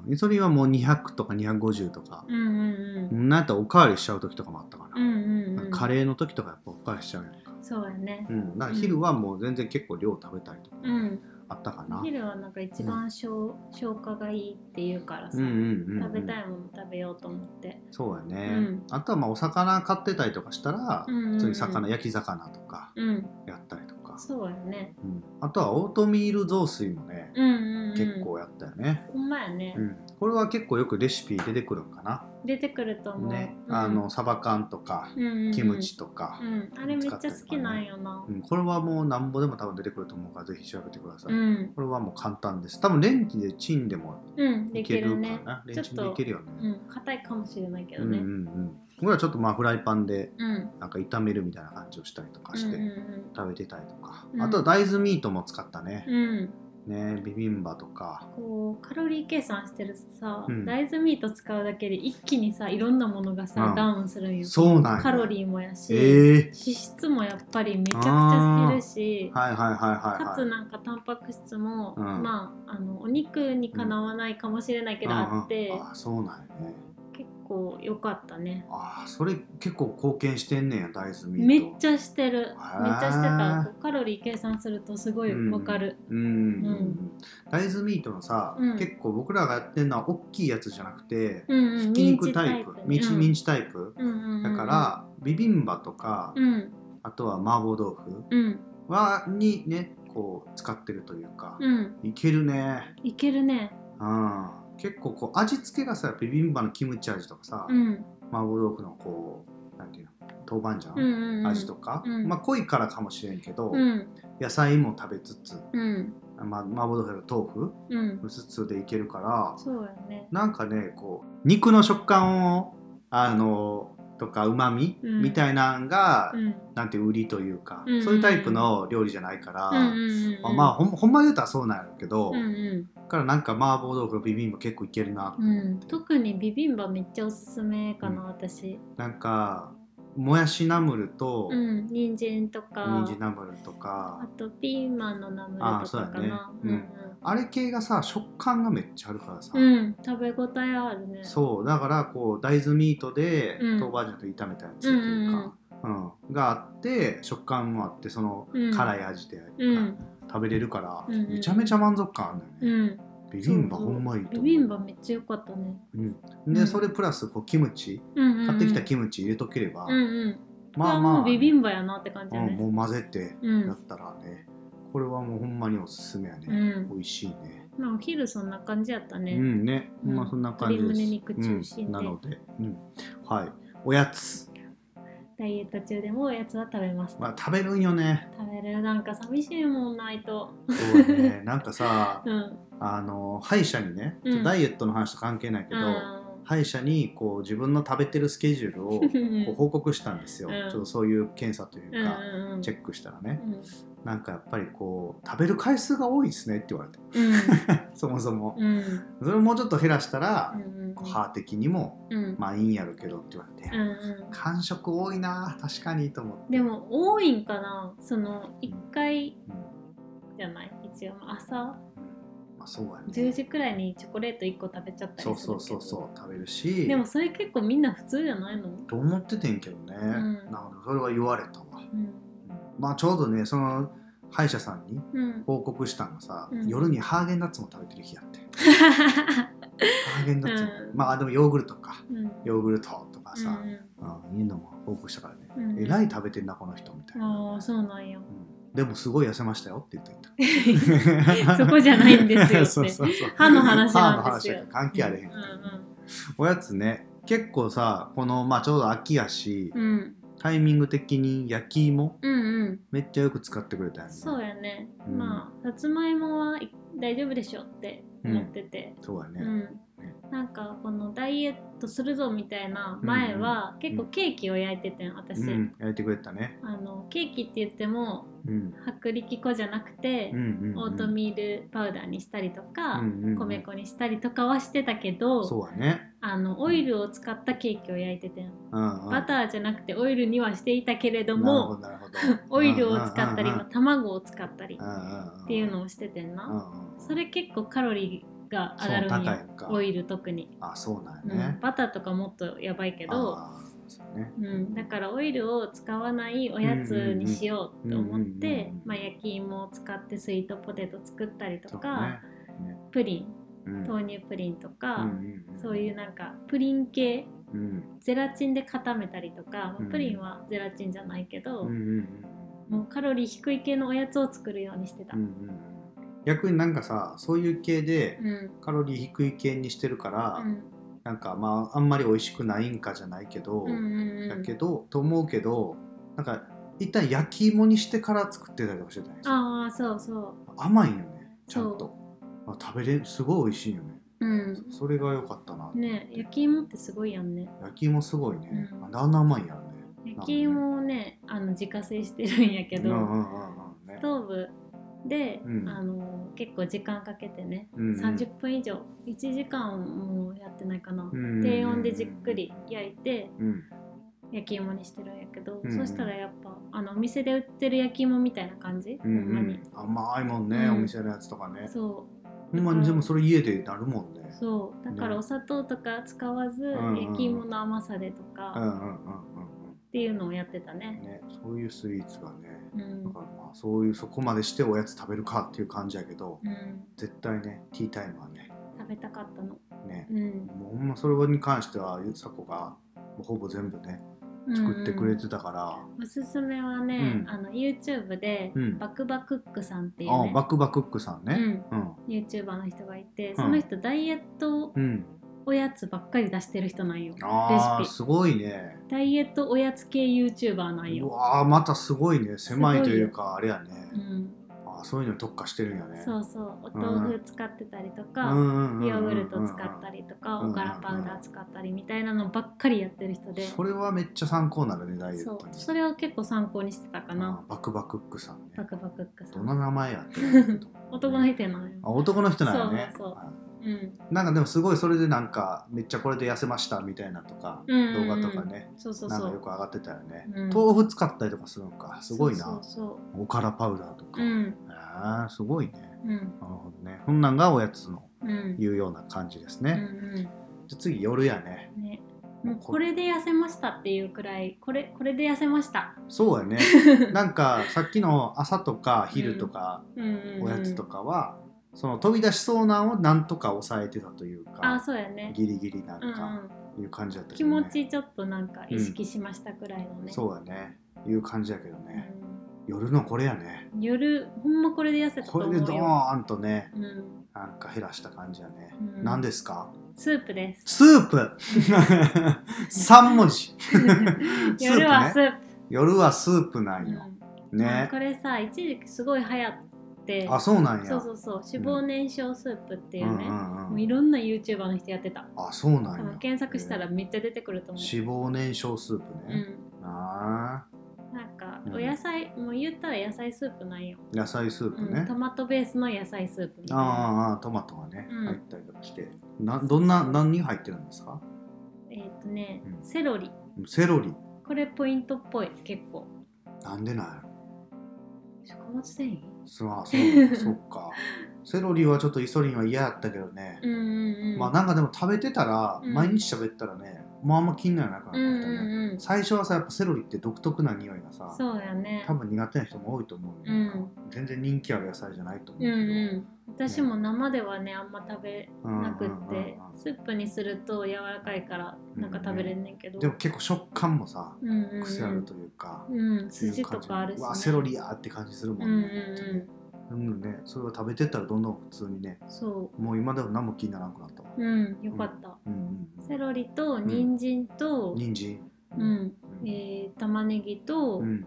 [SPEAKER 2] うん、それはもう200とか250とか
[SPEAKER 1] *laughs* う、んうんうん
[SPEAKER 2] なんやったらおかわりしちゃう時とかもあったかな、
[SPEAKER 1] うんうんうん
[SPEAKER 2] カレーの時とかやっぱおかわりしちゃうやんか、
[SPEAKER 1] そうやね
[SPEAKER 2] うん、だから昼はもう全然結構量食べたりとか
[SPEAKER 1] うん
[SPEAKER 2] あったかな、
[SPEAKER 1] お昼はなんか一番消,、消化がいいっていうからさ、
[SPEAKER 2] うんうんうんうん
[SPEAKER 1] 食べたいもの食べようと思って
[SPEAKER 2] そうやね、
[SPEAKER 1] うん
[SPEAKER 2] あとはまあお魚買ってたりとかしたら、
[SPEAKER 1] うんうんうん
[SPEAKER 2] 普通に魚焼き魚とか
[SPEAKER 1] うん
[SPEAKER 2] やったりとか、
[SPEAKER 1] そうやね
[SPEAKER 2] うんあとはオートミール雑炊もね、
[SPEAKER 1] うんうん、うん、
[SPEAKER 2] 結構やったよね、
[SPEAKER 1] ほんまやね、
[SPEAKER 2] うんこれは結構よくレシピ出てくるんかな、
[SPEAKER 1] 出てくると思う、
[SPEAKER 2] ね
[SPEAKER 1] うん
[SPEAKER 2] あのサバ缶とか
[SPEAKER 1] うんうんうん
[SPEAKER 2] キムチとか
[SPEAKER 1] う、んあれめっちゃ好きなんよな、
[SPEAKER 2] うんこれはもうなんぼでも多分出てくると思うからぜひ調べてくださ
[SPEAKER 1] う
[SPEAKER 2] い、
[SPEAKER 1] ん
[SPEAKER 2] これはもう簡単です多分レンジでチンでも
[SPEAKER 1] うん
[SPEAKER 2] い
[SPEAKER 1] で
[SPEAKER 2] け
[SPEAKER 1] き
[SPEAKER 2] る
[SPEAKER 1] る
[SPEAKER 2] か
[SPEAKER 1] ね
[SPEAKER 2] な、
[SPEAKER 1] ち
[SPEAKER 2] レ
[SPEAKER 1] ょ
[SPEAKER 2] ン
[SPEAKER 1] っ
[SPEAKER 2] チンでい
[SPEAKER 1] と
[SPEAKER 2] けるよね
[SPEAKER 1] うん硬いかもしれないけ
[SPEAKER 2] う
[SPEAKER 1] ど
[SPEAKER 2] んう
[SPEAKER 1] ね
[SPEAKER 2] んうん僕らちょっとまあフライパンで
[SPEAKER 1] うん、うん
[SPEAKER 2] なんか炒めるみたいな感じをしたりとかして、
[SPEAKER 1] うん
[SPEAKER 2] 食べてたりとか、
[SPEAKER 1] うん
[SPEAKER 2] あとは大豆ミートも使ったね,、
[SPEAKER 1] うんうん
[SPEAKER 2] ねビビンバとか
[SPEAKER 1] こうカロリー計算してるとさ、
[SPEAKER 2] うん
[SPEAKER 1] 大豆ミート使うだけで一気にさいろんなものがさ、
[SPEAKER 2] うん
[SPEAKER 1] ダウンするんよ
[SPEAKER 2] そうなんや
[SPEAKER 1] カロリーもやし、
[SPEAKER 2] ええ
[SPEAKER 1] 脂質もやっぱりめちゃくちゃ減るし、
[SPEAKER 2] はいはいはい
[SPEAKER 1] か
[SPEAKER 2] はい
[SPEAKER 1] つ
[SPEAKER 2] はい
[SPEAKER 1] なんかタンパク質も、
[SPEAKER 2] うん
[SPEAKER 1] まああのお肉にかなわないかもしれないけど、あって、
[SPEAKER 2] うんうんあそうなんやね
[SPEAKER 1] 結構良かったね
[SPEAKER 2] あそれ結構貢献してんねんや大豆ミート
[SPEAKER 1] めっちゃしてるめっち
[SPEAKER 2] ー
[SPEAKER 1] ゃしてたこうカロリー計算するとすごいわかる
[SPEAKER 2] うんうんうんうん大豆ミートのさ、
[SPEAKER 1] うん
[SPEAKER 2] 結構僕らがやってるのは大きいやつじゃなくて、
[SPEAKER 1] うんうん
[SPEAKER 2] ひき肉タイプミンチミン
[SPEAKER 1] チ
[SPEAKER 2] チタイプ、
[SPEAKER 1] タイプねうんうんうん
[SPEAKER 2] だからビビンバとか、
[SPEAKER 1] うん
[SPEAKER 2] あとは麻婆豆腐
[SPEAKER 1] うん
[SPEAKER 2] はにねこう使ってるというか、
[SPEAKER 1] うん
[SPEAKER 2] いけるね
[SPEAKER 1] いけるね
[SPEAKER 2] うん結構こう味付けがさビビンバのキムチ味とかさ、
[SPEAKER 1] うん
[SPEAKER 2] 麻婆豆腐のこうなんていうの豆板
[SPEAKER 1] うん
[SPEAKER 2] 醤、
[SPEAKER 1] うんうん
[SPEAKER 2] 味とか、
[SPEAKER 1] うん
[SPEAKER 2] まあ濃いからかもしれんけど、
[SPEAKER 1] うん
[SPEAKER 2] 野菜も食べつつ、
[SPEAKER 1] うん
[SPEAKER 2] まあ、麻婆豆腐と豆
[SPEAKER 1] うん
[SPEAKER 2] 腐つつでいけるから
[SPEAKER 1] そうやね
[SPEAKER 2] なんかねこう肉の食感をあのとかうまみ
[SPEAKER 1] うん
[SPEAKER 2] みたいなんが、
[SPEAKER 1] うん
[SPEAKER 2] なんて売りというか、
[SPEAKER 1] うん
[SPEAKER 2] そういうタイプの料理じゃないから、
[SPEAKER 1] うんうんうん
[SPEAKER 2] あまあほんほんま言うたらそうなんやけど、
[SPEAKER 1] うんうん
[SPEAKER 2] だからなんか麻婆豆腐のビビンバ結構いけるなって
[SPEAKER 1] うん特にビビンバめっちゃおすすめかな
[SPEAKER 2] う
[SPEAKER 1] 私
[SPEAKER 2] なんかもやしナムルと
[SPEAKER 1] うん人参とか
[SPEAKER 2] 人参ナムルとか、
[SPEAKER 1] あとピーマンのナムルとかかな
[SPEAKER 2] あそううんやねあれ系がさ食感がめっちゃあるからさ、
[SPEAKER 1] うんうん食べ応えあるね
[SPEAKER 2] そうだからこう大豆ミートで
[SPEAKER 1] うん
[SPEAKER 2] 豆板醤と炒めたやつというか、うんがあって食感もあってその
[SPEAKER 1] うん
[SPEAKER 2] 辛い味で、
[SPEAKER 1] うん
[SPEAKER 2] 食べれるから、
[SPEAKER 1] うんうん
[SPEAKER 2] めちゃめちゃ満足感あるんだ
[SPEAKER 1] うん
[SPEAKER 2] よね、ビビンバほんまいい
[SPEAKER 1] ビ
[SPEAKER 2] と思う
[SPEAKER 1] ビンバめっちゃ良かったね
[SPEAKER 2] うん、でそれプラスこうキムチ
[SPEAKER 1] うんうん
[SPEAKER 2] 買ってきたキムチ入れとければ、
[SPEAKER 1] うんうん
[SPEAKER 2] ま
[SPEAKER 1] これ
[SPEAKER 2] あ
[SPEAKER 1] は
[SPEAKER 2] ま
[SPEAKER 1] も
[SPEAKER 2] あ
[SPEAKER 1] うビビンバやなって感じ
[SPEAKER 2] う
[SPEAKER 1] よ
[SPEAKER 2] ん、
[SPEAKER 1] ね
[SPEAKER 2] もう混ぜて
[SPEAKER 1] うん
[SPEAKER 2] やったらね、これはもうほんまにおすすめやね、
[SPEAKER 1] うん
[SPEAKER 2] 美味しいね
[SPEAKER 1] まあお昼そんな感じやった
[SPEAKER 2] う
[SPEAKER 1] ね
[SPEAKER 2] んね、
[SPEAKER 1] うん
[SPEAKER 2] まあそんな感じです
[SPEAKER 1] 鶏胸肉中心で
[SPEAKER 2] うんなので、うん、はいおやつ
[SPEAKER 1] ダイエット中でもおやつは食べます、
[SPEAKER 2] まあ食べるん
[SPEAKER 1] *laughs*
[SPEAKER 2] よね
[SPEAKER 1] 食べるなんか寂しいもんないと
[SPEAKER 2] そうねなんかさ
[SPEAKER 1] うん
[SPEAKER 2] あの歯医者にね、
[SPEAKER 1] うん
[SPEAKER 2] ダイエットの話と関係ないけど、
[SPEAKER 1] あ
[SPEAKER 2] 歯医者にこう自分の食べてるスケジュールを
[SPEAKER 1] ー
[SPEAKER 2] こう報告したんですよ、
[SPEAKER 1] うん
[SPEAKER 2] ちょっとそういう検査という
[SPEAKER 1] うん
[SPEAKER 2] か、
[SPEAKER 1] うんうん
[SPEAKER 2] チェックしたらね、
[SPEAKER 1] うん
[SPEAKER 2] なんかやっぱりこう食べる回数が多いですねって言われて *laughs* そもそも、
[SPEAKER 1] うんうん
[SPEAKER 2] それをもうちょっと減らしたら、
[SPEAKER 1] うん
[SPEAKER 2] こう歯的にも
[SPEAKER 1] うん
[SPEAKER 2] まあいいんやるけどって言われ
[SPEAKER 1] う
[SPEAKER 2] て、
[SPEAKER 1] んうん
[SPEAKER 2] 感触多いな確かにと思って
[SPEAKER 1] で、も多いんかなその1回
[SPEAKER 2] うん
[SPEAKER 1] じゃない一応朝
[SPEAKER 2] まあ、そうやね
[SPEAKER 1] 10時くらいにチョコレート1個食べちゃったりするけ
[SPEAKER 2] そ
[SPEAKER 1] ど
[SPEAKER 2] うそうそうそう食べるし
[SPEAKER 1] でもそれ結構みんな普通じゃないの、
[SPEAKER 2] と思っててんけどね、
[SPEAKER 1] ん
[SPEAKER 2] なのでそれは言われたわ、
[SPEAKER 1] うん
[SPEAKER 2] まあちょうどねその歯医者さんに
[SPEAKER 1] うん、
[SPEAKER 2] 報告したのがさ、
[SPEAKER 1] うん
[SPEAKER 2] 夜にハーゲンダッツも食べてる日やってハーゲンダッツも、
[SPEAKER 1] うん
[SPEAKER 2] まあでもヨーグルトか
[SPEAKER 1] *laughs* うん
[SPEAKER 2] ヨーグルトとかさ、
[SPEAKER 1] うん
[SPEAKER 2] うんいうのも報告したからね、
[SPEAKER 1] うんうん
[SPEAKER 2] えらい食べてんなこの人みたいな、
[SPEAKER 1] ああそうなん
[SPEAKER 2] *laughs*
[SPEAKER 1] や
[SPEAKER 2] うんでもすごい痩せましたよって言って *laughs*
[SPEAKER 1] う
[SPEAKER 2] た
[SPEAKER 1] そこじゃないんですよって
[SPEAKER 2] そうそうそう
[SPEAKER 1] 歯の話なんですよ
[SPEAKER 2] 歯の話やから関係あれへん、
[SPEAKER 1] んうん
[SPEAKER 2] おやつね結構さこの、まあ、ちょうど秋やし、
[SPEAKER 1] うん
[SPEAKER 2] タイミング的に焼き芋
[SPEAKER 1] うんうん
[SPEAKER 2] めっちゃよく使ってくれたよね
[SPEAKER 1] そうやね、
[SPEAKER 2] うん
[SPEAKER 1] まあさつまいもはい大丈夫でしょって思ってて、
[SPEAKER 2] そうや
[SPEAKER 1] うん
[SPEAKER 2] ね、
[SPEAKER 1] なんかこのダイエットするぞみたいな前は結構ケーキを焼いててん
[SPEAKER 2] う
[SPEAKER 1] 私、
[SPEAKER 2] ん焼いてくれたね、
[SPEAKER 1] あのケーキって言っても
[SPEAKER 2] うん、
[SPEAKER 1] 薄力粉じゃなくて、
[SPEAKER 2] うんうんうん
[SPEAKER 1] オートミールパウダーにしたりとか、
[SPEAKER 2] うんうんうん
[SPEAKER 1] 米粉にしたりとかはしてたけど、
[SPEAKER 2] そうやね、
[SPEAKER 1] あのオイルを使ったケーキを焼いててん
[SPEAKER 2] うんうん、
[SPEAKER 1] バターじゃなくてオイルにはしていたけれど
[SPEAKER 2] も
[SPEAKER 1] も *laughs* オイルを使ったりまあ卵を使ったり
[SPEAKER 2] っ
[SPEAKER 1] っていうのをしててんな、そ
[SPEAKER 2] れ
[SPEAKER 1] れ結構カロリーが上がるん
[SPEAKER 2] 高い
[SPEAKER 1] よ
[SPEAKER 2] んか
[SPEAKER 1] オイル特に、
[SPEAKER 2] あそうなん
[SPEAKER 1] う
[SPEAKER 2] や
[SPEAKER 1] ん
[SPEAKER 2] ね、
[SPEAKER 1] バターとかもっとやばいけど、
[SPEAKER 2] あーそうね
[SPEAKER 1] うん、だからオイルを使わないおやつにしようと思っ
[SPEAKER 2] うんうんうんうん
[SPEAKER 1] て
[SPEAKER 2] うんうんうん
[SPEAKER 1] まあ焼き芋を使ってスイートポテト作ったりと
[SPEAKER 2] そう
[SPEAKER 1] か、
[SPEAKER 2] ねね
[SPEAKER 1] プリン
[SPEAKER 2] うん
[SPEAKER 1] 豆乳プリンとか、
[SPEAKER 2] うんうんん
[SPEAKER 1] そういうなんかプリン系
[SPEAKER 2] うん
[SPEAKER 1] ゼラチンで固めたりとか、まあ
[SPEAKER 2] うん
[SPEAKER 1] プリンはゼラチンじゃないけど、
[SPEAKER 2] うんうんうん
[SPEAKER 1] もうカロリー低い系のおやつを作るようにしてた。
[SPEAKER 2] うんうんうん逆になんかさそういう系で
[SPEAKER 1] うん
[SPEAKER 2] カロリー低い系にしてるから、
[SPEAKER 1] うん
[SPEAKER 2] なんかまああんまり美味しくないんかじゃないけど、
[SPEAKER 1] うんうんう
[SPEAKER 2] だ
[SPEAKER 1] ん
[SPEAKER 2] けどと思うけどなんか一旦焼き芋にしてから作ってたりとかしてたんですよ
[SPEAKER 1] ああそうそう。
[SPEAKER 2] 甘いよねちゃ
[SPEAKER 1] そうん
[SPEAKER 2] とあ食べれすごい美味しいよね
[SPEAKER 1] うん。
[SPEAKER 2] それが良かったな、
[SPEAKER 1] ね焼き芋ってすごいやんね。
[SPEAKER 2] 焼き芋すごいね、
[SPEAKER 1] うん
[SPEAKER 2] あん、あんな甘いんやろね
[SPEAKER 1] 焼き芋をねあの自家製してるんやけど、
[SPEAKER 2] うんうんうんうんね
[SPEAKER 1] ストーブで、
[SPEAKER 2] うん
[SPEAKER 1] あの結構時間かけてね、
[SPEAKER 2] うんうん
[SPEAKER 1] 30分以上1時間もやってないかな、
[SPEAKER 2] うんうんうん
[SPEAKER 1] 低温でじっくり焼いて
[SPEAKER 2] うん
[SPEAKER 1] 焼き芋にしてるんやけど、
[SPEAKER 2] うんうん
[SPEAKER 1] そしたらやっぱあのお店で売ってる焼き芋みたいな感じ、
[SPEAKER 2] うん
[SPEAKER 1] ほんまに。
[SPEAKER 2] うん、甘いもんね、
[SPEAKER 1] うん
[SPEAKER 2] お店のやつとかね
[SPEAKER 1] そう
[SPEAKER 2] ほんまにでもそれ家でなるもんね
[SPEAKER 1] そうだから
[SPEAKER 2] ね
[SPEAKER 1] お砂糖とか使わず、
[SPEAKER 2] んうん
[SPEAKER 1] 焼き芋の甘さでと
[SPEAKER 2] うんうん
[SPEAKER 1] か
[SPEAKER 2] うんうん
[SPEAKER 1] っていうのをやってた
[SPEAKER 2] うん
[SPEAKER 1] ね。
[SPEAKER 2] ねそういうスイーツがね
[SPEAKER 1] うん
[SPEAKER 2] だからまあそういうそこまでしておやつ食べるかっていう感じやけど
[SPEAKER 1] うん、
[SPEAKER 2] 絶対ねティータイムはね
[SPEAKER 1] 食べたかったの。
[SPEAKER 2] ね
[SPEAKER 1] うん、
[SPEAKER 2] もうほんまそれに関してはゆさこがほぼ全部ね作ってくれ
[SPEAKER 1] うん
[SPEAKER 2] てたから、
[SPEAKER 1] うんおすすめはね、
[SPEAKER 2] うん
[SPEAKER 1] あの YouTube で、
[SPEAKER 2] うん
[SPEAKER 1] バクバクックさんっていう、
[SPEAKER 2] あ
[SPEAKER 1] ね
[SPEAKER 2] バクバクックさん
[SPEAKER 1] う
[SPEAKER 2] ね
[SPEAKER 1] ん、
[SPEAKER 2] うん、
[SPEAKER 1] YouTuber の人がいて、その人ダイエット
[SPEAKER 2] うん、
[SPEAKER 1] おやつばっかり出してる人なんよ
[SPEAKER 2] あ
[SPEAKER 1] レ
[SPEAKER 2] あ
[SPEAKER 1] シピ
[SPEAKER 2] すごいね
[SPEAKER 1] ダイエットおやつ系 YouTuber なん
[SPEAKER 2] う
[SPEAKER 1] よ、
[SPEAKER 2] わーまたすごいね狭いというかあれやね、
[SPEAKER 1] うん、
[SPEAKER 2] あーそういうのに特化してるんやね
[SPEAKER 1] そうそうお豆腐使ってたりと
[SPEAKER 2] う
[SPEAKER 1] か、
[SPEAKER 2] んうんうんうんうん
[SPEAKER 1] ヨーグルト使ったりとか、
[SPEAKER 2] うん
[SPEAKER 1] おからパウダー使ったりみたいなのばっかりやってる人で、
[SPEAKER 2] それはめっちゃ参考になるねダイエッ
[SPEAKER 1] そう
[SPEAKER 2] トに
[SPEAKER 1] それを結構参考にしてたかな、
[SPEAKER 2] あーバクバクックさんね
[SPEAKER 1] バクバクックさ
[SPEAKER 2] ど
[SPEAKER 1] ん
[SPEAKER 2] んな名前
[SPEAKER 1] *laughs*
[SPEAKER 2] やって思うけど
[SPEAKER 1] 男の人やなん
[SPEAKER 2] あ
[SPEAKER 1] よ、
[SPEAKER 2] 男の人なんやね
[SPEAKER 1] そうそう
[SPEAKER 2] はい
[SPEAKER 1] うん、
[SPEAKER 2] なんかでもすごいそれでなんかめっちゃこれで痩せましたみたいなとか
[SPEAKER 1] うんうんう
[SPEAKER 2] 動
[SPEAKER 1] ん
[SPEAKER 2] 画とかね
[SPEAKER 1] そうそう
[SPEAKER 2] なん
[SPEAKER 1] そ
[SPEAKER 2] かよ
[SPEAKER 1] う
[SPEAKER 2] く上がってたよね
[SPEAKER 1] うん
[SPEAKER 2] 豆腐使ったりとかするのかすごい
[SPEAKER 1] そう
[SPEAKER 2] な
[SPEAKER 1] そう
[SPEAKER 2] おからパウダーと
[SPEAKER 1] そう
[SPEAKER 2] か
[SPEAKER 1] うん
[SPEAKER 2] あーすごいね
[SPEAKER 1] うん
[SPEAKER 2] なるほどねこんなんがおやつの
[SPEAKER 1] うん
[SPEAKER 2] いうような感じです
[SPEAKER 1] う
[SPEAKER 2] ね
[SPEAKER 1] ん
[SPEAKER 2] じゃあ次夜やね
[SPEAKER 1] うんねもうこれで痩せましたっていうくらいこれこれで痩せました、 *laughs*
[SPEAKER 2] そうやねなんかさっきの朝とか昼とか
[SPEAKER 1] うんうんうん、
[SPEAKER 2] おやつとかはその飛び出しそうなんをなんとか抑えてたという
[SPEAKER 1] あ
[SPEAKER 2] か
[SPEAKER 1] そうやね
[SPEAKER 2] ギリギリな
[SPEAKER 1] うん
[SPEAKER 2] ん
[SPEAKER 1] う
[SPEAKER 2] か
[SPEAKER 1] ん
[SPEAKER 2] いう感じだったけ
[SPEAKER 1] 気
[SPEAKER 2] ど
[SPEAKER 1] 持
[SPEAKER 2] ね
[SPEAKER 1] ちちょっとなんか意識しましたくらいのね、
[SPEAKER 2] そうやねいう感じやけど
[SPEAKER 1] う
[SPEAKER 2] ね、
[SPEAKER 1] ん
[SPEAKER 2] 夜のこれやね
[SPEAKER 1] 夜ほんまこれで痩せたと
[SPEAKER 2] こ
[SPEAKER 1] 思
[SPEAKER 2] れ
[SPEAKER 1] う
[SPEAKER 2] で
[SPEAKER 1] よ
[SPEAKER 2] ドーンとね
[SPEAKER 1] うん
[SPEAKER 2] あなんか減らした感じやね、
[SPEAKER 1] うん
[SPEAKER 2] 何ですか
[SPEAKER 1] スープです
[SPEAKER 2] スープ三文字スープ
[SPEAKER 1] *laughs* 夜は
[SPEAKER 2] ね
[SPEAKER 1] スープ
[SPEAKER 2] 夜はスープなんよ、
[SPEAKER 1] う
[SPEAKER 2] ね
[SPEAKER 1] ん、これさ一時期すごい流行って
[SPEAKER 2] あそうなんや
[SPEAKER 1] そうそうそう脂肪燃焼スープっていううんね、
[SPEAKER 2] うん
[SPEAKER 1] も
[SPEAKER 2] う
[SPEAKER 1] うんいろんな YouTuber の人やってた
[SPEAKER 2] あそうな
[SPEAKER 1] 多
[SPEAKER 2] んや
[SPEAKER 1] 分検索したらめっちゃ出てくると思う、
[SPEAKER 2] 脂肪燃焼スープね、ああ
[SPEAKER 1] うん、なんか
[SPEAKER 2] うん
[SPEAKER 1] お野菜、もう言ったら野菜スープなんよ、
[SPEAKER 2] 野菜スープね、
[SPEAKER 1] うん、トマトベースの野菜スープみたい
[SPEAKER 2] あ
[SPEAKER 1] な
[SPEAKER 2] あああトマトがね、
[SPEAKER 1] うん
[SPEAKER 2] 入ったりとかしてなどんな何入ってるんですか
[SPEAKER 1] えーっ、とね、
[SPEAKER 2] うん
[SPEAKER 1] セロリ
[SPEAKER 2] セロリ
[SPEAKER 1] これポイントっぽい結構
[SPEAKER 2] なんでなんやろ
[SPEAKER 1] 食物繊維
[SPEAKER 2] そう
[SPEAKER 1] *laughs*
[SPEAKER 2] あそうそっかセロリはちょっとイソリンは嫌やったけどね、
[SPEAKER 1] うんうんうん
[SPEAKER 2] まあなんかでも食べてたら、
[SPEAKER 1] うん
[SPEAKER 2] 毎日喋ったらねまああんま気にならなくなった
[SPEAKER 1] うん
[SPEAKER 2] ね、
[SPEAKER 1] うんうん
[SPEAKER 2] 最初はさやっぱセロリって独特な匂いがさ
[SPEAKER 1] そうやね
[SPEAKER 2] 多分苦手な人も多いと思う、
[SPEAKER 1] うん
[SPEAKER 2] なんか全然人気ある野菜じゃないと思
[SPEAKER 1] う
[SPEAKER 2] うけ
[SPEAKER 1] ん
[SPEAKER 2] ど、
[SPEAKER 1] うん私も生ではねあんま食べ
[SPEAKER 2] うん
[SPEAKER 1] なくっ
[SPEAKER 2] うんうん
[SPEAKER 1] て
[SPEAKER 2] うん
[SPEAKER 1] スープにすると柔らかいからなんか食べれんねんけど
[SPEAKER 2] でも結構食感もさ
[SPEAKER 1] うんうんうん
[SPEAKER 2] 癖あるというか、
[SPEAKER 1] うん
[SPEAKER 2] っていう
[SPEAKER 1] 筋と
[SPEAKER 2] 感じ
[SPEAKER 1] かあるし
[SPEAKER 2] う
[SPEAKER 1] ね
[SPEAKER 2] わセロリやーって感じする
[SPEAKER 1] う
[SPEAKER 2] も
[SPEAKER 1] んうん
[SPEAKER 2] んね、
[SPEAKER 1] う
[SPEAKER 2] うんね、それを食べてったらどんどん普通にね
[SPEAKER 1] んそ
[SPEAKER 2] もう今でも何も気にならなくなったわ
[SPEAKER 1] ううんよかった
[SPEAKER 2] うんうんうん
[SPEAKER 1] セロリと人参と
[SPEAKER 2] 人参
[SPEAKER 1] うん
[SPEAKER 2] うん
[SPEAKER 1] えー玉ねぎと
[SPEAKER 2] うん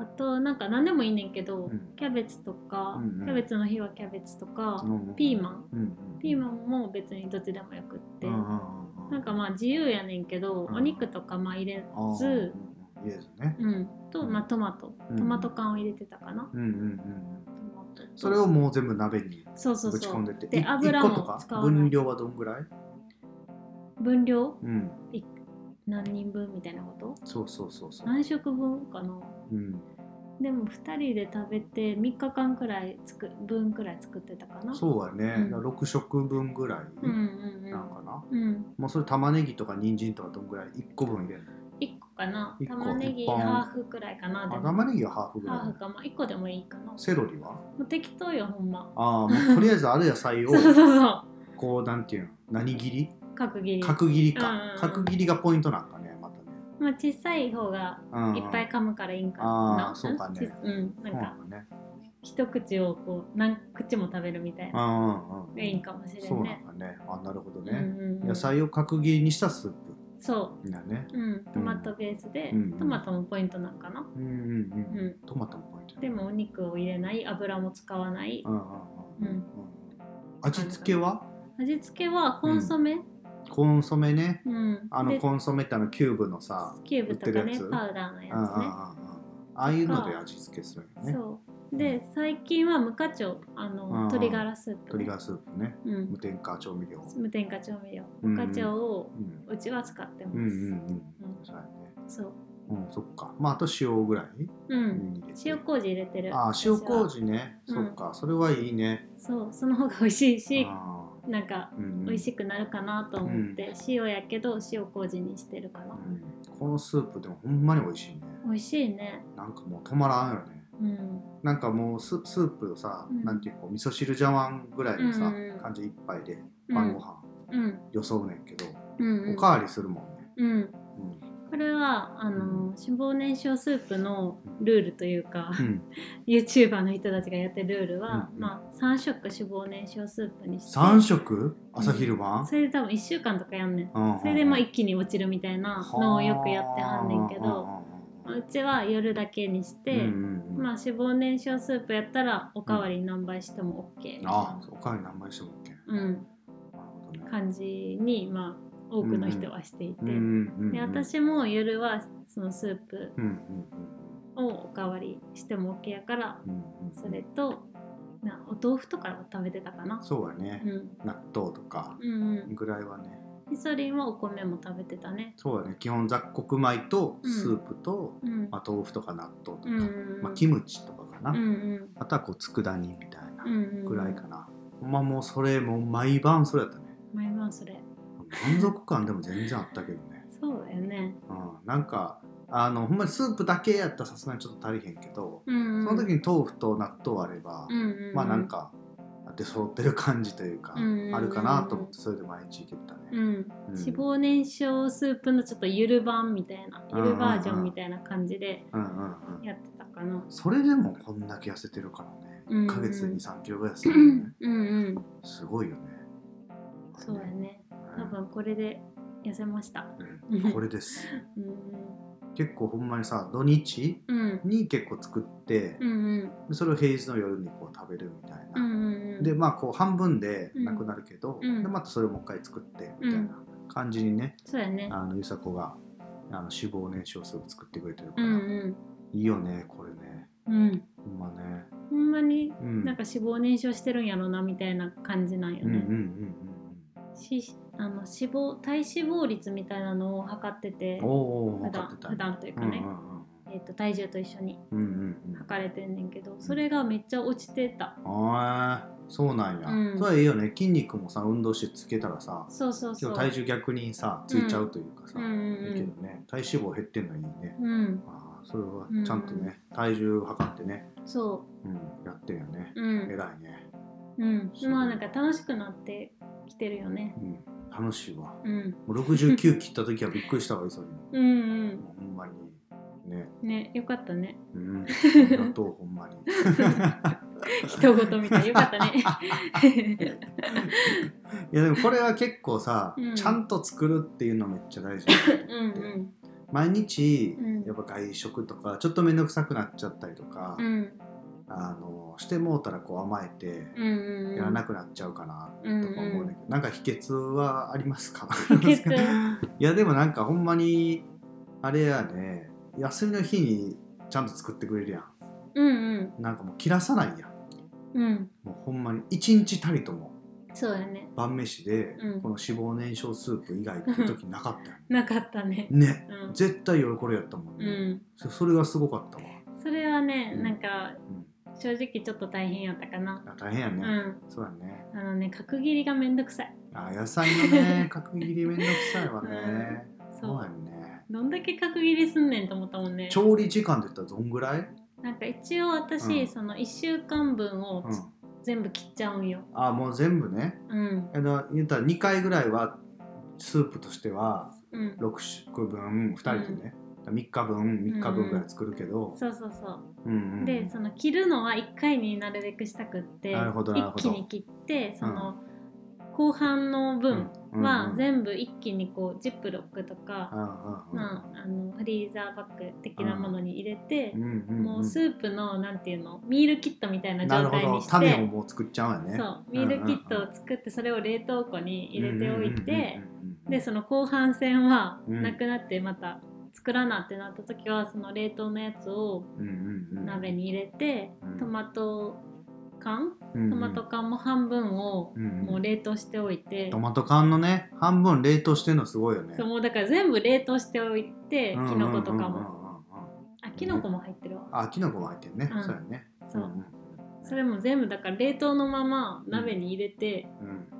[SPEAKER 1] あとなんか何でもいいねんけど
[SPEAKER 2] うん
[SPEAKER 1] キャベツとか
[SPEAKER 2] うんうん
[SPEAKER 1] キャベツの日はキャベツとか
[SPEAKER 2] うんうん
[SPEAKER 1] ピーマン
[SPEAKER 2] うんうん
[SPEAKER 1] ピーマンも別にどっちでもよくって
[SPEAKER 2] うんうんうん
[SPEAKER 1] なんかまあ自由やねんけど
[SPEAKER 2] うん
[SPEAKER 1] お肉とかまあ入れ
[SPEAKER 2] あー
[SPEAKER 1] ず
[SPEAKER 2] うんうん入れずね
[SPEAKER 1] うんとまあトマト
[SPEAKER 2] うん
[SPEAKER 1] トマト缶を入れてたかな
[SPEAKER 2] うんうんうん
[SPEAKER 1] トマトと
[SPEAKER 2] それをもう全部鍋に
[SPEAKER 1] そうそう
[SPEAKER 2] ぶち
[SPEAKER 1] そ
[SPEAKER 2] 込んで
[SPEAKER 1] う
[SPEAKER 2] って
[SPEAKER 1] で
[SPEAKER 2] い
[SPEAKER 1] 油
[SPEAKER 2] 一個と
[SPEAKER 1] も
[SPEAKER 2] か
[SPEAKER 1] 使わな
[SPEAKER 2] 分
[SPEAKER 1] い
[SPEAKER 2] 量はどんぐらい
[SPEAKER 1] 分量
[SPEAKER 2] うん
[SPEAKER 1] い何人分みたいなこと
[SPEAKER 2] そうそうそうそう
[SPEAKER 1] 何食分かな
[SPEAKER 2] うん
[SPEAKER 1] でも2人で食べて3日間くらいつく分くらい作ってたかなう
[SPEAKER 2] そうや
[SPEAKER 1] う
[SPEAKER 2] ね
[SPEAKER 1] ん
[SPEAKER 2] 6食分ぐら
[SPEAKER 1] うん
[SPEAKER 2] いなんかな
[SPEAKER 1] うんうんうん
[SPEAKER 2] もうそれ玉ねぎとか人参とかどんぐらい1個分入れるの
[SPEAKER 1] 1個かな
[SPEAKER 2] 一個
[SPEAKER 1] 玉ねぎ
[SPEAKER 2] 一本
[SPEAKER 1] ハーフくらいかなで
[SPEAKER 2] あ
[SPEAKER 1] も
[SPEAKER 2] 玉ねぎはハーフぐ
[SPEAKER 1] ハ
[SPEAKER 2] ら
[SPEAKER 1] ー
[SPEAKER 2] い
[SPEAKER 1] フかまあ1個でもいいかなも
[SPEAKER 2] セロリは
[SPEAKER 1] う適当よほんま
[SPEAKER 2] ああもうとりあえずある野菜を
[SPEAKER 1] *laughs* そうそうそう
[SPEAKER 2] こうなんていうの何切り
[SPEAKER 1] 角切り
[SPEAKER 2] 角切り
[SPEAKER 1] うんうん
[SPEAKER 2] か
[SPEAKER 1] うん
[SPEAKER 2] 角切りがポイントなんかねまたね
[SPEAKER 1] まあ小さい方が
[SPEAKER 2] うんうん
[SPEAKER 1] いっぱい噛むからいいんか
[SPEAKER 2] あ
[SPEAKER 1] な
[SPEAKER 2] ーそうかね
[SPEAKER 1] ちうんなん
[SPEAKER 2] そうな
[SPEAKER 1] か
[SPEAKER 2] んだね
[SPEAKER 1] 一口をこう何口も食べるみたい
[SPEAKER 2] うん
[SPEAKER 1] な
[SPEAKER 2] うんうん
[SPEAKER 1] がいいんかもしれ
[SPEAKER 2] そ
[SPEAKER 1] ん
[SPEAKER 2] うなん
[SPEAKER 1] ね
[SPEAKER 2] だねあなるほど
[SPEAKER 1] うん
[SPEAKER 2] ね
[SPEAKER 1] うんうん
[SPEAKER 2] 野菜を角切りにしたスー
[SPEAKER 1] そ
[SPEAKER 2] プだね
[SPEAKER 1] ううんトマトベースで
[SPEAKER 2] うん
[SPEAKER 1] トマトもポイントなんかな
[SPEAKER 2] うんうんうん
[SPEAKER 1] うん
[SPEAKER 2] トマトもポイント
[SPEAKER 1] でもお肉を入れない油も使わない
[SPEAKER 2] うんうんうんうんうん味付けは
[SPEAKER 1] 味付けはコンソメ
[SPEAKER 2] コンソメね
[SPEAKER 1] うん
[SPEAKER 2] あの
[SPEAKER 1] で
[SPEAKER 2] コンソメってあのキューブのさ
[SPEAKER 1] キューブとか
[SPEAKER 2] 売ってる
[SPEAKER 1] ね
[SPEAKER 2] やつ
[SPEAKER 1] パウダーのや
[SPEAKER 2] うんうんうんう
[SPEAKER 1] つ
[SPEAKER 2] んああいうので味付けするよ
[SPEAKER 1] ね
[SPEAKER 2] ね
[SPEAKER 1] そうで最近は無花鳥あの
[SPEAKER 2] んうん
[SPEAKER 1] 鶏ガラスープ
[SPEAKER 2] 鶏ガラスープね
[SPEAKER 1] うん
[SPEAKER 2] 無添加調味料
[SPEAKER 1] 無添加調味料
[SPEAKER 2] うん
[SPEAKER 1] 無花鳥を
[SPEAKER 2] うん
[SPEAKER 1] うちは使ってます
[SPEAKER 2] うんうんうん
[SPEAKER 1] う
[SPEAKER 2] そうやね
[SPEAKER 1] そう
[SPEAKER 2] うん、そっか。まあ、あと塩ぐらい、
[SPEAKER 1] うん
[SPEAKER 2] 入れて
[SPEAKER 1] 塩麹入れてる
[SPEAKER 2] ああ、
[SPEAKER 1] 私は
[SPEAKER 2] 塩麹ね。
[SPEAKER 1] うん
[SPEAKER 2] そっか。それはいいね。
[SPEAKER 1] そうその方が美味しいし
[SPEAKER 2] あ
[SPEAKER 1] なんか
[SPEAKER 2] ーうん
[SPEAKER 1] 美味しくなるかなと思って、塩やけど塩麹にしてるか
[SPEAKER 2] う
[SPEAKER 1] な、
[SPEAKER 2] んこのスープでもほんまに美味しいね。
[SPEAKER 1] 美味しいね
[SPEAKER 2] なんかもう止まらんよね。
[SPEAKER 1] うん
[SPEAKER 2] なんかもうススープをさ、
[SPEAKER 1] うん
[SPEAKER 2] なんていうか、味噌汁茶碗ぐらいのさ、
[SPEAKER 1] うんうん
[SPEAKER 2] 感じ一杯で
[SPEAKER 1] うん
[SPEAKER 2] 晩ご飯
[SPEAKER 1] うん
[SPEAKER 2] よそうねんけど、
[SPEAKER 1] うんうん
[SPEAKER 2] おかわりするもんね。
[SPEAKER 1] うん
[SPEAKER 2] うん
[SPEAKER 1] これはあの脂肪燃焼スープのルールというか、
[SPEAKER 2] うん、
[SPEAKER 1] YouTuber の人たちがやってるルールは、
[SPEAKER 2] うんうん
[SPEAKER 1] まあ、3食脂肪燃焼スープにして
[SPEAKER 2] 3食朝昼晩
[SPEAKER 1] そ、れで多分1週間とかやんねん
[SPEAKER 2] うんうん
[SPEAKER 1] それでまあ一気に落ちるみたいなのをよくやってはんねんけど、まあうちは夜だけにして、
[SPEAKER 2] うんうんうん
[SPEAKER 1] まあ、脂肪燃焼スープやったらおかわり何倍しても OK みたい
[SPEAKER 2] あ
[SPEAKER 1] な、
[SPEAKER 2] おかわり何杯しても OK。
[SPEAKER 1] うん、
[SPEAKER 2] なるほどね。
[SPEAKER 1] 感じに、まあ、多くの人はしていて、
[SPEAKER 2] うんうんうんうん
[SPEAKER 1] で私も夜はそのスープ
[SPEAKER 2] うんうん
[SPEAKER 1] をおかわりしても OK やから
[SPEAKER 2] うんうんうん
[SPEAKER 1] それとなお豆腐とかは食べてたかな、
[SPEAKER 2] そうやね、
[SPEAKER 1] うん、
[SPEAKER 2] 納豆とか
[SPEAKER 1] うんうん
[SPEAKER 2] ぐらいはね
[SPEAKER 1] イソリンはお米も食べてたね
[SPEAKER 2] そうやね基本雑穀米と
[SPEAKER 1] うん
[SPEAKER 2] スープと、
[SPEAKER 1] うん
[SPEAKER 2] まあ、豆腐とか納豆とか、
[SPEAKER 1] うんうん
[SPEAKER 2] まあ、キムチとかかな、
[SPEAKER 1] うんうん
[SPEAKER 2] あとはこう佃煮みたい
[SPEAKER 1] うん
[SPEAKER 2] な
[SPEAKER 1] うん
[SPEAKER 2] ぐらいかな、まあもうそれもう毎晩それやったね
[SPEAKER 1] 毎晩それ
[SPEAKER 2] 満足感でも全然あったけどね、
[SPEAKER 1] そうだよね
[SPEAKER 2] うん、なんかあのほんまにスープだけやったらさすがにちょっと足りへんけど、
[SPEAKER 1] うんうん
[SPEAKER 2] その時に豆腐と納豆あれば、
[SPEAKER 1] うんうんうん
[SPEAKER 2] まあなんか出揃ってる感じというか、
[SPEAKER 1] うんうんうん
[SPEAKER 2] あるかなと思ってそれで毎日行けたね、
[SPEAKER 1] うん、
[SPEAKER 2] うん
[SPEAKER 1] 脂肪燃焼スープのちょっとゆる版みたいな
[SPEAKER 2] うん
[SPEAKER 1] ゆ
[SPEAKER 2] うんうん
[SPEAKER 1] るバージョンみたいな感じで
[SPEAKER 2] うんうんうん
[SPEAKER 1] やってたかな
[SPEAKER 2] それでもこんだけ痩せてるからね
[SPEAKER 1] うんうん
[SPEAKER 2] 1ヶ月で23キロぐらいでするよね
[SPEAKER 1] うんうん
[SPEAKER 2] すごいよね
[SPEAKER 1] そうやね多分これで痩せました *laughs*
[SPEAKER 2] うんこれです
[SPEAKER 1] うん
[SPEAKER 2] 結構ほんまにさ土日
[SPEAKER 1] うん
[SPEAKER 2] に結構作って
[SPEAKER 1] うんうん
[SPEAKER 2] でそれを平日の夜にこう食べるみたい
[SPEAKER 1] うんう
[SPEAKER 2] な、
[SPEAKER 1] んうん
[SPEAKER 2] でまあこう半分でなくなるけど、
[SPEAKER 1] うん
[SPEAKER 2] でまたそれをもう一回作ってみたいな感じにね、
[SPEAKER 1] そうやね
[SPEAKER 2] あのゆさこがあの脂肪燃焼数を作ってくれてるか
[SPEAKER 1] う
[SPEAKER 2] ら、
[SPEAKER 1] ん
[SPEAKER 2] いいよねこれね
[SPEAKER 1] うんうん
[SPEAKER 2] ほんまね、
[SPEAKER 1] ほんまに
[SPEAKER 2] うん、
[SPEAKER 1] なんか脂肪燃焼してるんやろなみたいな感じなんよ
[SPEAKER 2] うんうん
[SPEAKER 1] ね、
[SPEAKER 2] うん
[SPEAKER 1] しあの脂肪体脂肪率みたいなのを測ってて
[SPEAKER 2] うんうんおーおー
[SPEAKER 1] 普
[SPEAKER 2] 分かって
[SPEAKER 1] 段
[SPEAKER 2] た
[SPEAKER 1] 普段という
[SPEAKER 2] う
[SPEAKER 1] か
[SPEAKER 2] んうん
[SPEAKER 1] ね、えっと体重と一緒に
[SPEAKER 2] うんうんうんうん
[SPEAKER 1] 測れてんねんけどそれがめっちゃ落ちてた
[SPEAKER 2] あーそうなんや、
[SPEAKER 1] うん
[SPEAKER 2] それはいいよね筋肉もさ運動してつけたらさ
[SPEAKER 1] そうそうそう
[SPEAKER 2] 今日体重逆にさついちゃうというかさ、
[SPEAKER 1] うんうん
[SPEAKER 2] いいけどね体脂肪減ってんのいいね
[SPEAKER 1] うん
[SPEAKER 2] あーそれはちゃんとね、体重測ってね、
[SPEAKER 1] そ
[SPEAKER 2] うん、やってんよね
[SPEAKER 1] ううん
[SPEAKER 2] 偉いね、
[SPEAKER 1] うん
[SPEAKER 2] そう
[SPEAKER 1] まあなんか楽しくなってきてるよね
[SPEAKER 2] うん、楽しいわ
[SPEAKER 1] うん
[SPEAKER 2] もう69切った時はびっくりしたわいそに
[SPEAKER 1] うんうん
[SPEAKER 2] もうほんまにね
[SPEAKER 1] ねよかった
[SPEAKER 2] *laughs*
[SPEAKER 1] ね
[SPEAKER 2] うんありがとうほ
[SPEAKER 1] *laughs*
[SPEAKER 2] んまに
[SPEAKER 1] 一言みたいよかったね
[SPEAKER 2] *laughs* いやでもこれは結構さ、
[SPEAKER 1] うん
[SPEAKER 2] ちゃんと作るっていうのめっちゃ
[SPEAKER 1] *laughs*
[SPEAKER 2] 大事だなと
[SPEAKER 1] う
[SPEAKER 2] 思
[SPEAKER 1] ん
[SPEAKER 2] って
[SPEAKER 1] うん
[SPEAKER 2] 毎日
[SPEAKER 1] うん
[SPEAKER 2] やっぱ外食とかちょっと面倒くさくなっちゃったりとか、
[SPEAKER 1] うん
[SPEAKER 2] あのしてもうたらこう甘えて
[SPEAKER 1] うんうん
[SPEAKER 2] やらなくなっちゃうかなとか思うんだけど、なんか秘訣はありますか
[SPEAKER 1] 秘訣
[SPEAKER 2] *laughs* いやでもなんかほんまにあれやね休みの日にちゃんと作ってくれるやん
[SPEAKER 1] うん
[SPEAKER 2] なんかもう切らさないやん
[SPEAKER 1] うんうん
[SPEAKER 2] もうほんまに一日たりとも
[SPEAKER 1] そうやね
[SPEAKER 2] 晩飯で、
[SPEAKER 1] うん
[SPEAKER 2] この脂肪燃焼スープ以外っていう時なかったよね
[SPEAKER 1] なかったね
[SPEAKER 2] ね
[SPEAKER 1] うん
[SPEAKER 2] 絶対夜これやったもんね、
[SPEAKER 1] うん
[SPEAKER 2] そそれがすごかったわ、
[SPEAKER 1] それはね
[SPEAKER 2] うん
[SPEAKER 1] なんか
[SPEAKER 2] うん
[SPEAKER 1] 正直ちょっと大変やったかな
[SPEAKER 2] あ大変や
[SPEAKER 1] う
[SPEAKER 2] ね、
[SPEAKER 1] ん
[SPEAKER 2] そうだね
[SPEAKER 1] あのね角切りがめんどくさい
[SPEAKER 2] あ野菜の
[SPEAKER 1] *laughs*
[SPEAKER 2] ね角切りめんどくさいわね、
[SPEAKER 1] そ
[SPEAKER 2] そうや
[SPEAKER 1] うん
[SPEAKER 2] ね
[SPEAKER 1] どんだけ角切りすんねんと思ったもんね
[SPEAKER 2] 調理時間で言ったらどんぐらい、
[SPEAKER 1] なんか一応
[SPEAKER 2] う
[SPEAKER 1] 私
[SPEAKER 2] ん
[SPEAKER 1] その1週間分を
[SPEAKER 2] うん、
[SPEAKER 1] 全部切っちゃうんよ
[SPEAKER 2] あもう全部ね
[SPEAKER 1] うん
[SPEAKER 2] あの言ったら2回ぐらいはスープとしては
[SPEAKER 1] うん
[SPEAKER 2] 6食分2人でね、3日分3日分ぐらい作るけど、
[SPEAKER 1] そうそうそう
[SPEAKER 2] うんうんうん
[SPEAKER 1] でその切るのは1回になるべくしたくって
[SPEAKER 2] なるほどなる
[SPEAKER 1] 一
[SPEAKER 2] ほど
[SPEAKER 1] 気に切ってその後半の分は
[SPEAKER 2] 部
[SPEAKER 1] 全部一気にこうジップロックとかま
[SPEAKER 2] も
[SPEAKER 1] あ、あのフリーザーバッグ的なものに入れて、も
[SPEAKER 2] う
[SPEAKER 1] うスープのなんていうのミールキットみたいな
[SPEAKER 2] なる
[SPEAKER 1] 状態
[SPEAKER 2] ほ
[SPEAKER 1] に
[SPEAKER 2] ど
[SPEAKER 1] して
[SPEAKER 2] 種をもう作っちゃうんやね
[SPEAKER 1] そうミールキットを作ってそれを冷凍庫に入れておいて、でその後半戦は
[SPEAKER 2] うん
[SPEAKER 1] なくなってまた作らなってなった時はその冷凍のやつを鍋に入れて、
[SPEAKER 2] うん
[SPEAKER 1] トマト缶
[SPEAKER 2] ト
[SPEAKER 1] トマト缶も半分をもう冷凍しておいて、
[SPEAKER 2] トマト缶のね半分冷凍してんのすごいよね
[SPEAKER 1] そうもうだから全部冷凍しておいて、
[SPEAKER 2] うんうんうんうん
[SPEAKER 1] キノコとかも、
[SPEAKER 2] うんうんうん
[SPEAKER 1] あキノコも入ってるわ、
[SPEAKER 2] あキノコも入ってるね
[SPEAKER 1] うん
[SPEAKER 2] そうやね
[SPEAKER 1] そう、
[SPEAKER 2] ん
[SPEAKER 1] それも全部だから冷凍のまま鍋に入れて、
[SPEAKER 2] うん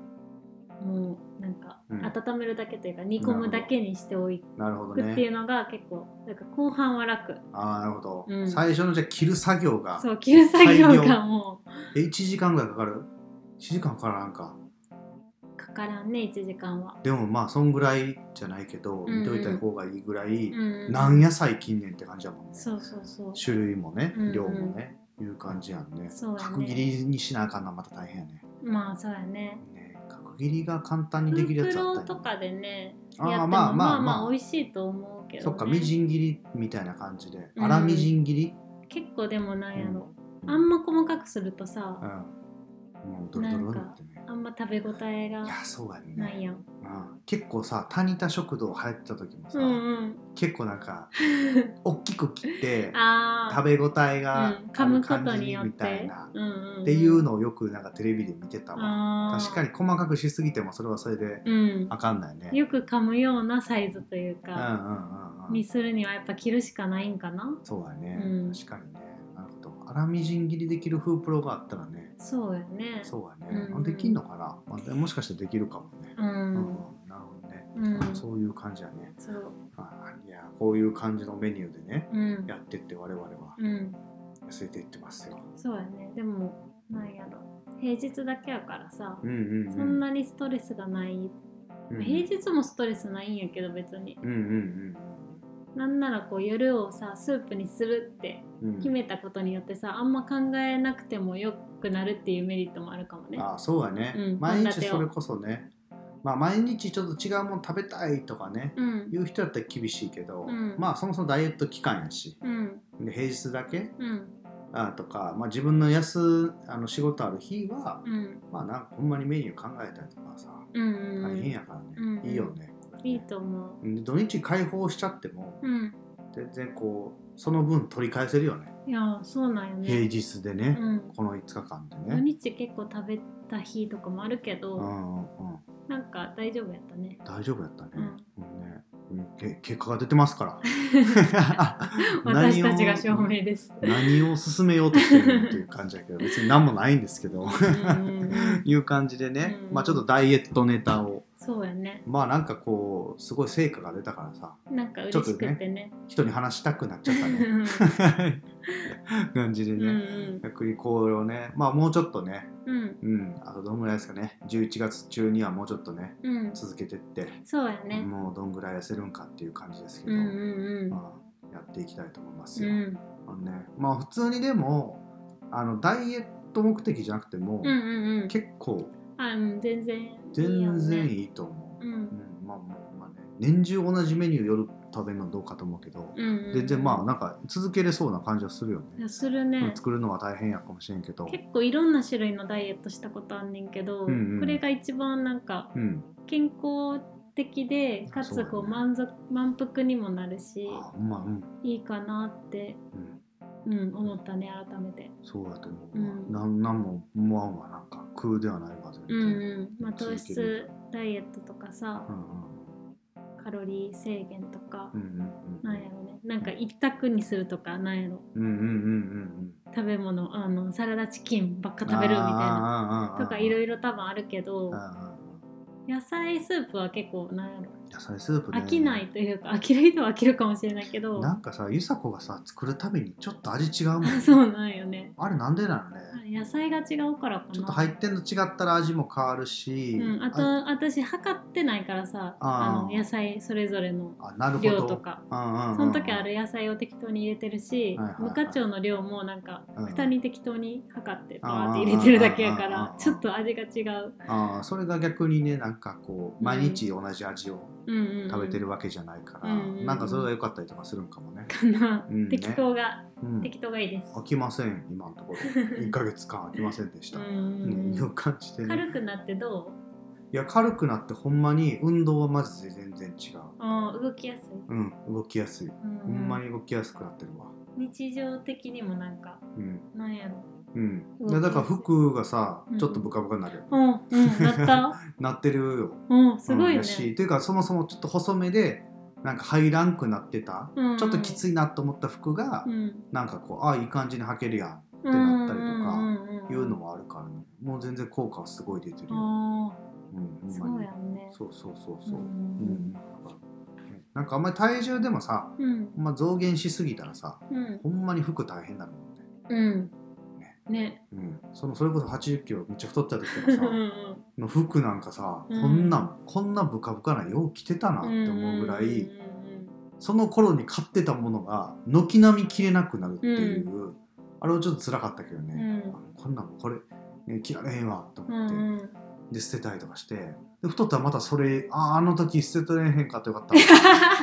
[SPEAKER 1] もうなんか
[SPEAKER 2] うん
[SPEAKER 1] 温めるだけというか煮込むだけにしてお
[SPEAKER 2] うんなるほど
[SPEAKER 1] くってい
[SPEAKER 2] ね
[SPEAKER 1] うのが結構なんか後半は楽
[SPEAKER 2] ああなるほど
[SPEAKER 1] うん
[SPEAKER 2] 最初のじゃあ切る作業が
[SPEAKER 1] そう切る作業
[SPEAKER 2] 大量
[SPEAKER 1] がも
[SPEAKER 2] え1時間ぐらいかかる ?1 時間かからんか
[SPEAKER 1] うかからんね1時間は。
[SPEAKER 2] でもまあそんぐらいじゃないけど
[SPEAKER 1] うん
[SPEAKER 2] 見といた方がいいぐらい
[SPEAKER 1] うん
[SPEAKER 2] なん野菜近年って感じだもんね
[SPEAKER 1] そうそうそう
[SPEAKER 2] 種類もね
[SPEAKER 1] うんうん
[SPEAKER 2] 量もねいう感じやんね
[SPEAKER 1] そうやね
[SPEAKER 2] 角切りにしなあかんなまた大変やね
[SPEAKER 1] まあそうやね。
[SPEAKER 2] ね角切りが簡単にできるや
[SPEAKER 1] 袋
[SPEAKER 2] つあっ
[SPEAKER 1] と
[SPEAKER 2] たんや
[SPEAKER 1] かでねやっ
[SPEAKER 2] あー
[SPEAKER 1] ても
[SPEAKER 2] ま
[SPEAKER 1] ま
[SPEAKER 2] あ
[SPEAKER 1] あ
[SPEAKER 2] ま
[SPEAKER 1] ま
[SPEAKER 2] あ
[SPEAKER 1] あ
[SPEAKER 2] まあ
[SPEAKER 1] 美味しいと思うけど、ね、
[SPEAKER 2] そっかみじん切りみたいな感じで
[SPEAKER 1] うん
[SPEAKER 2] 粗みじん切り
[SPEAKER 1] 結構でもなんやろ、あんま細かくするとさ、
[SPEAKER 2] うんもうドロドロになってね
[SPEAKER 1] あんま食べ応えが
[SPEAKER 2] いやそうやんね
[SPEAKER 1] ないやん。
[SPEAKER 2] うん結構さタニタ食堂流行ってた時もさ、
[SPEAKER 1] うんうん
[SPEAKER 2] 結構な
[SPEAKER 1] *laughs*
[SPEAKER 2] んか大きく切って
[SPEAKER 1] あ
[SPEAKER 2] 食べ応え
[SPEAKER 1] べ
[SPEAKER 2] が
[SPEAKER 1] 噛むことによっ
[SPEAKER 2] みたい
[SPEAKER 1] て
[SPEAKER 2] な、
[SPEAKER 1] うんうんうん
[SPEAKER 2] っていうのをよくなんかテレビで見てたわ
[SPEAKER 1] あー
[SPEAKER 2] 確かに細かくしすぎてもそれはそれで
[SPEAKER 1] うん
[SPEAKER 2] あかんないね
[SPEAKER 1] よく噛むようなサイズという
[SPEAKER 2] うんうん
[SPEAKER 1] か、
[SPEAKER 2] うんう
[SPEAKER 1] に
[SPEAKER 2] ん
[SPEAKER 1] するにはやっぱ切るしかないんかな
[SPEAKER 2] そうやね、
[SPEAKER 1] うん
[SPEAKER 2] 確かにねなるほど粗みじん切りできるフープロがあったらね
[SPEAKER 1] そうやね
[SPEAKER 2] そうやね、
[SPEAKER 1] うん
[SPEAKER 2] できんのかな、まあでもしかしてできるかもね、
[SPEAKER 1] う
[SPEAKER 2] うん
[SPEAKER 1] ん
[SPEAKER 2] なるほどね、
[SPEAKER 1] うん
[SPEAKER 2] そ
[SPEAKER 1] そう
[SPEAKER 2] ういう感じやねあいやこういう感じのメニューでね
[SPEAKER 1] うん
[SPEAKER 2] やってって我々は
[SPEAKER 1] うん
[SPEAKER 2] 痩せていってますよ。
[SPEAKER 1] そうやねでもなんやろ平日だけやからさ、
[SPEAKER 2] うんうんうん、
[SPEAKER 1] そんなにストレスがない、
[SPEAKER 2] うん
[SPEAKER 1] 平日もストレスないんやけど別に
[SPEAKER 2] うんうんうん
[SPEAKER 1] なんならこう夜をさスープにするって
[SPEAKER 2] うん
[SPEAKER 1] 決めたことによってさあんま考えなくてもよくなるっていうメリットもあるかもね。
[SPEAKER 2] ああそうやね、
[SPEAKER 1] うん
[SPEAKER 2] 毎
[SPEAKER 1] 献
[SPEAKER 2] 日
[SPEAKER 1] 立を
[SPEAKER 2] それこそねまあ毎日ちょっと違うもの食べたいとかね、
[SPEAKER 1] うん
[SPEAKER 2] いう人だったら厳しいけど、
[SPEAKER 1] うん
[SPEAKER 2] まあそもそもダイエット期間やし
[SPEAKER 1] うん
[SPEAKER 2] で平日だけ
[SPEAKER 1] うん
[SPEAKER 2] あとか、まあ、自分の休あの仕事ある日は、
[SPEAKER 1] うん
[SPEAKER 2] まあなんかほんまにメニュー考えたりとかさ
[SPEAKER 1] うんう
[SPEAKER 2] 大変
[SPEAKER 1] ん
[SPEAKER 2] やからね、
[SPEAKER 1] うん
[SPEAKER 2] いいよね
[SPEAKER 1] いいと思
[SPEAKER 2] で土日解放しちゃっても
[SPEAKER 1] う。うん
[SPEAKER 2] 全然こうその分取り返せるよね
[SPEAKER 1] いやそうなんよ
[SPEAKER 2] 平
[SPEAKER 1] ね。
[SPEAKER 2] 日でね、
[SPEAKER 1] うん
[SPEAKER 2] この5日間で
[SPEAKER 1] 土
[SPEAKER 2] ね、
[SPEAKER 1] 日結構食べた日とかもあるけ
[SPEAKER 2] うんう
[SPEAKER 1] ど
[SPEAKER 2] んうん、
[SPEAKER 1] なんか大丈夫やったね。
[SPEAKER 2] 大丈夫やったね,、
[SPEAKER 1] うん
[SPEAKER 2] うん、ねうんけ結果が出てますから
[SPEAKER 1] *laughs*
[SPEAKER 2] *laughs*
[SPEAKER 1] 私たちが証
[SPEAKER 2] 何を
[SPEAKER 1] 明
[SPEAKER 2] *laughs*
[SPEAKER 1] です。
[SPEAKER 2] 何を進めようとしてるのっていう感じだけど別に何もないんですけど *laughs*
[SPEAKER 1] うんうんうん
[SPEAKER 2] いう感じでね、
[SPEAKER 1] うん
[SPEAKER 2] まあちょっとダイエットネタを
[SPEAKER 1] そうやね。
[SPEAKER 2] まあなんかこうすごい成果が出たからさ
[SPEAKER 1] なんか嬉しくてね。
[SPEAKER 2] 人に話したくなっちゃったね *laughs* 感じで
[SPEAKER 1] うんう
[SPEAKER 2] ね、
[SPEAKER 1] ん
[SPEAKER 2] 逆にこれをねまあもうちょっとね
[SPEAKER 1] うん
[SPEAKER 2] うんあとどんぐらいですかね11月中にはもうちょっとね
[SPEAKER 1] うん。
[SPEAKER 2] 続けてって、
[SPEAKER 1] そうやね。
[SPEAKER 2] もうどんぐらい痩せるんかっていう感じですけ
[SPEAKER 1] うん
[SPEAKER 2] ど、
[SPEAKER 1] うんうん
[SPEAKER 2] まあ、やっていきたいと思いま。す
[SPEAKER 1] う
[SPEAKER 2] よ、
[SPEAKER 1] ん
[SPEAKER 2] あのねまあ普通にでもあのダイエット目的じゃなくても、
[SPEAKER 1] うんうんうん。
[SPEAKER 2] 結構
[SPEAKER 1] あうん全然いいよね。
[SPEAKER 2] 全然いいと思う、
[SPEAKER 1] う
[SPEAKER 2] うん
[SPEAKER 1] ん
[SPEAKER 2] まあまあまあね年中同じメニュー夜食べるのどうかと思うけど、
[SPEAKER 1] うんうん。
[SPEAKER 2] 全然まあなんか続けれそうな感じはするよ
[SPEAKER 1] い
[SPEAKER 2] ね
[SPEAKER 1] や。する
[SPEAKER 2] うん
[SPEAKER 1] ね。
[SPEAKER 2] 作るのは大変やかもしれんけど。
[SPEAKER 1] 結構いろんな種類のダイエットしたことあんねんけど、
[SPEAKER 2] うんうん
[SPEAKER 1] これが一番なんか
[SPEAKER 2] うん。
[SPEAKER 1] 健康的でか
[SPEAKER 2] そうだ
[SPEAKER 1] つ
[SPEAKER 2] ね
[SPEAKER 1] こう満足、満腹にもなるし
[SPEAKER 2] あ、ほんまうん。
[SPEAKER 1] いいかなって、
[SPEAKER 2] うん。
[SPEAKER 1] うん、思ったね改めて。
[SPEAKER 2] そうやと思
[SPEAKER 1] う
[SPEAKER 2] う。
[SPEAKER 1] ん
[SPEAKER 2] なんなんも思わんわなんか食うではないわ全
[SPEAKER 1] うん
[SPEAKER 2] 然。うん
[SPEAKER 1] うんまあ、糖質ダイエットとかさカロリー制限とか
[SPEAKER 2] うんう、ん
[SPEAKER 1] なんやろねなんか一択にするとかなんやろ
[SPEAKER 2] うんうんうんうん
[SPEAKER 1] 食べ物あのサラダチキンばっか
[SPEAKER 2] うん。
[SPEAKER 1] 食べるみたいな
[SPEAKER 2] な
[SPEAKER 1] とかいろ
[SPEAKER 2] い
[SPEAKER 1] いろ多分あるけど野菜スープは結構なんやろ
[SPEAKER 2] 野菜スープね
[SPEAKER 1] 飽きない。というか飽きる人は飽きるかもしれないけど
[SPEAKER 2] なんかさゆさこがさ作るたびにちょっと味違うもん。
[SPEAKER 1] *laughs* そうなんよね
[SPEAKER 2] あれなんでなのね。
[SPEAKER 1] 野菜が違うからかな
[SPEAKER 2] ちょっと入ってんの違ったら味も変わるし。
[SPEAKER 1] うん、あと私測ってないからさあ
[SPEAKER 2] あー
[SPEAKER 1] の野菜それぞれの
[SPEAKER 2] あなるほど
[SPEAKER 1] 量とか
[SPEAKER 2] うんうんうんうん
[SPEAKER 1] その時ある野菜を適当に入れてるし、
[SPEAKER 2] はいはいはい
[SPEAKER 1] 無課長の量もなんか
[SPEAKER 2] うん
[SPEAKER 1] 蓋に適当に測ってバーって入れてるだけやか
[SPEAKER 2] あーあーあー
[SPEAKER 1] ら
[SPEAKER 2] あー
[SPEAKER 1] ちょっと味が違う,、
[SPEAKER 2] あーそれが逆にねなんかこう
[SPEAKER 1] うん
[SPEAKER 2] 毎日同じ味を
[SPEAKER 1] うんうんうん
[SPEAKER 2] 食べてるわけじゃないから、
[SPEAKER 1] うんうんうん
[SPEAKER 2] なんかそれが良かったりとかするんかもね、
[SPEAKER 1] かな、
[SPEAKER 2] うんね
[SPEAKER 1] 適当が、
[SPEAKER 2] うん、
[SPEAKER 1] 適当がいいです、
[SPEAKER 2] 飽きません今のと
[SPEAKER 1] *laughs*
[SPEAKER 2] ころ1ヶ月間飽きませんでし
[SPEAKER 1] う
[SPEAKER 2] た、
[SPEAKER 1] ん
[SPEAKER 2] ね
[SPEAKER 1] うん
[SPEAKER 2] いうう感じで、
[SPEAKER 1] ん、
[SPEAKER 2] ね、
[SPEAKER 1] 軽くなってど
[SPEAKER 2] いや軽くなってほんまに運動はマジで全然違
[SPEAKER 1] うあー動きやすい、
[SPEAKER 2] ううん動きやすい、
[SPEAKER 1] うんうん
[SPEAKER 2] ほんまに動きやすくなってるわ
[SPEAKER 1] 日常的にもなんか
[SPEAKER 2] うん
[SPEAKER 1] なんやろ
[SPEAKER 2] うん
[SPEAKER 1] 動きやすい
[SPEAKER 2] だから服がさ
[SPEAKER 1] うん
[SPEAKER 2] ちょっとブカブカになるよ、
[SPEAKER 1] うんうんな
[SPEAKER 2] *laughs*
[SPEAKER 1] った
[SPEAKER 2] なってるよ
[SPEAKER 1] うんすご
[SPEAKER 2] うん
[SPEAKER 1] いね
[SPEAKER 2] やしというかそもそもちょっと細めでなんか入らんくなってた、
[SPEAKER 1] うん
[SPEAKER 2] ちょっときついなと思った服が、
[SPEAKER 1] うん
[SPEAKER 2] なんかこうああいい感じに履けるやん
[SPEAKER 1] って
[SPEAKER 2] なったりとかいうの
[SPEAKER 1] は
[SPEAKER 2] はあるからねもう全然効果はすごい出てるよ、
[SPEAKER 1] あ
[SPEAKER 2] うん
[SPEAKER 1] あ
[SPEAKER 2] ほん
[SPEAKER 1] そ
[SPEAKER 2] ま
[SPEAKER 1] う
[SPEAKER 2] に
[SPEAKER 1] やんね
[SPEAKER 2] そうそうそうそう
[SPEAKER 1] う
[SPEAKER 2] うんうん
[SPEAKER 1] ん
[SPEAKER 2] なんかあんまり体重でもさ、
[SPEAKER 1] うん
[SPEAKER 2] ほんま増減しすぎたらさ
[SPEAKER 1] うん
[SPEAKER 2] ほんまに服大変なのね、
[SPEAKER 1] うんね
[SPEAKER 2] うん、そのそれこそ8 0キロめっちゃ太った時と
[SPEAKER 1] う
[SPEAKER 2] かさ
[SPEAKER 1] んうん
[SPEAKER 2] の服なんかさ、
[SPEAKER 1] うん
[SPEAKER 2] こんなんこんなブカブカなよう着てたなって思うぐらい、
[SPEAKER 1] うん
[SPEAKER 2] その頃に買ってたものが軒並み着れなくなるっていう、あれはちょっと辛かったけどね、
[SPEAKER 1] うん
[SPEAKER 2] あのこんなんこれえ着られへんわと
[SPEAKER 1] う
[SPEAKER 2] 思
[SPEAKER 1] ん
[SPEAKER 2] って、
[SPEAKER 1] うんうん
[SPEAKER 2] で捨てたりとかしてで太ったらまたそれあーあの時捨てとれへんかったよか
[SPEAKER 1] *laughs*
[SPEAKER 2] ったわ
[SPEAKER 1] *laughs*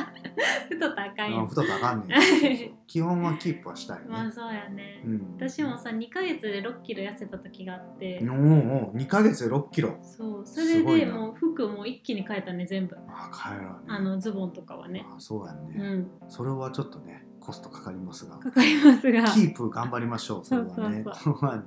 [SPEAKER 1] 太ったらあかん
[SPEAKER 2] あ
[SPEAKER 1] よ
[SPEAKER 2] ー太ったらあかんねんそ
[SPEAKER 1] *laughs*
[SPEAKER 2] うそう基本はキープはしたいね、
[SPEAKER 1] まあそうやね
[SPEAKER 2] うん、
[SPEAKER 1] 私もさ2ヶ月で6キロ痩せた時があって
[SPEAKER 2] おうおう2ヶ月で6キロ
[SPEAKER 1] そうそれ
[SPEAKER 2] すごい
[SPEAKER 1] で
[SPEAKER 2] な
[SPEAKER 1] もう服も一気に変えたね全部
[SPEAKER 2] ああ帰らね
[SPEAKER 1] あのズボンとかはね
[SPEAKER 2] あーそうやん
[SPEAKER 1] う
[SPEAKER 2] ね、
[SPEAKER 1] ん
[SPEAKER 2] それはちょっとねコストかかりますが
[SPEAKER 1] かかりますが
[SPEAKER 2] キープ頑張りましょう。それはね。
[SPEAKER 1] そう
[SPEAKER 2] まあね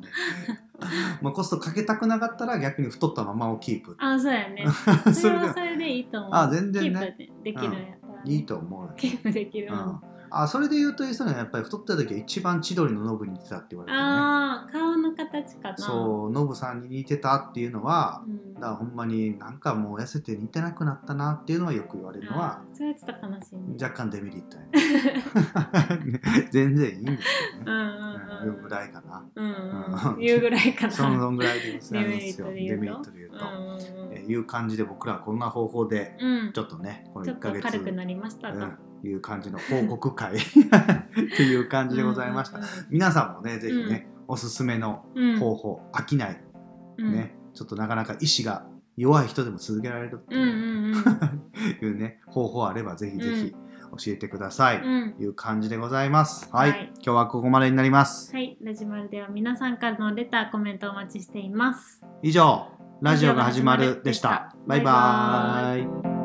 [SPEAKER 2] *laughs* まあコストかけたくなかったら逆に太ったままをキープ。
[SPEAKER 1] あそうやねそ
[SPEAKER 2] *laughs* そ
[SPEAKER 1] れ
[SPEAKER 2] れ
[SPEAKER 1] はそ
[SPEAKER 2] が
[SPEAKER 1] れでいいと思う
[SPEAKER 2] あ全然ね
[SPEAKER 1] キープできるんやったらね、
[SPEAKER 2] いいと思うよ。
[SPEAKER 1] キープできる
[SPEAKER 2] う
[SPEAKER 1] もの
[SPEAKER 2] ん。あそれで言うとですねやっぱり太った時は一番千鳥のノブに似てたって言われてね。
[SPEAKER 1] ああ顔の形かな
[SPEAKER 2] そうノブさんに似てたっていうのは
[SPEAKER 1] う、ん、
[SPEAKER 2] だからほんまになんかもう痩せて似てなくなったなっていうのはよく言われるのは
[SPEAKER 1] あーそれはちょっと悲しいね
[SPEAKER 2] 若干デメリットやね。 *laughs* 全然いいんですけ
[SPEAKER 1] う
[SPEAKER 2] どね。
[SPEAKER 1] んう
[SPEAKER 2] うん
[SPEAKER 1] ん
[SPEAKER 2] いううんぐらいかな。
[SPEAKER 1] うん
[SPEAKER 2] うん
[SPEAKER 1] うんいうぐらいかな
[SPEAKER 2] そのぐらいでございますよ。
[SPEAKER 1] デメ
[SPEAKER 2] デメリ
[SPEAKER 1] リ
[SPEAKER 2] ッ
[SPEAKER 1] ッ
[SPEAKER 2] ト
[SPEAKER 1] ト
[SPEAKER 2] で
[SPEAKER 1] で言う
[SPEAKER 2] 言うと
[SPEAKER 1] と。うんうんうん
[SPEAKER 2] えーいう感じで僕らはこんな方法で
[SPEAKER 1] うん
[SPEAKER 2] ちょっとねこの
[SPEAKER 1] ちょっ
[SPEAKER 2] 1
[SPEAKER 1] と
[SPEAKER 2] ヶ月
[SPEAKER 1] 軽くなりましたと、
[SPEAKER 2] うんいう感じの報告会っていう感じでございました。
[SPEAKER 1] うん
[SPEAKER 2] 皆さんもね、ぜひね、おすすめの
[SPEAKER 1] うんうん
[SPEAKER 2] 方法、飽きない、
[SPEAKER 1] うん
[SPEAKER 2] ね、ちょっとなかなか意志が弱い人でも続けられるって
[SPEAKER 1] うん
[SPEAKER 2] いう
[SPEAKER 1] うん
[SPEAKER 2] いうね、方法あればぜひぜひ教えてください。
[SPEAKER 1] うんうん
[SPEAKER 2] いう感じでございます。はい、
[SPEAKER 1] はい
[SPEAKER 2] 今日はここまでになります。
[SPEAKER 1] はい、ラジマルでは皆さんからのレター、コメントお待ちしています。
[SPEAKER 2] 以上、ラジオが始まるでした。バイバ
[SPEAKER 1] バイバ
[SPEAKER 2] ーイ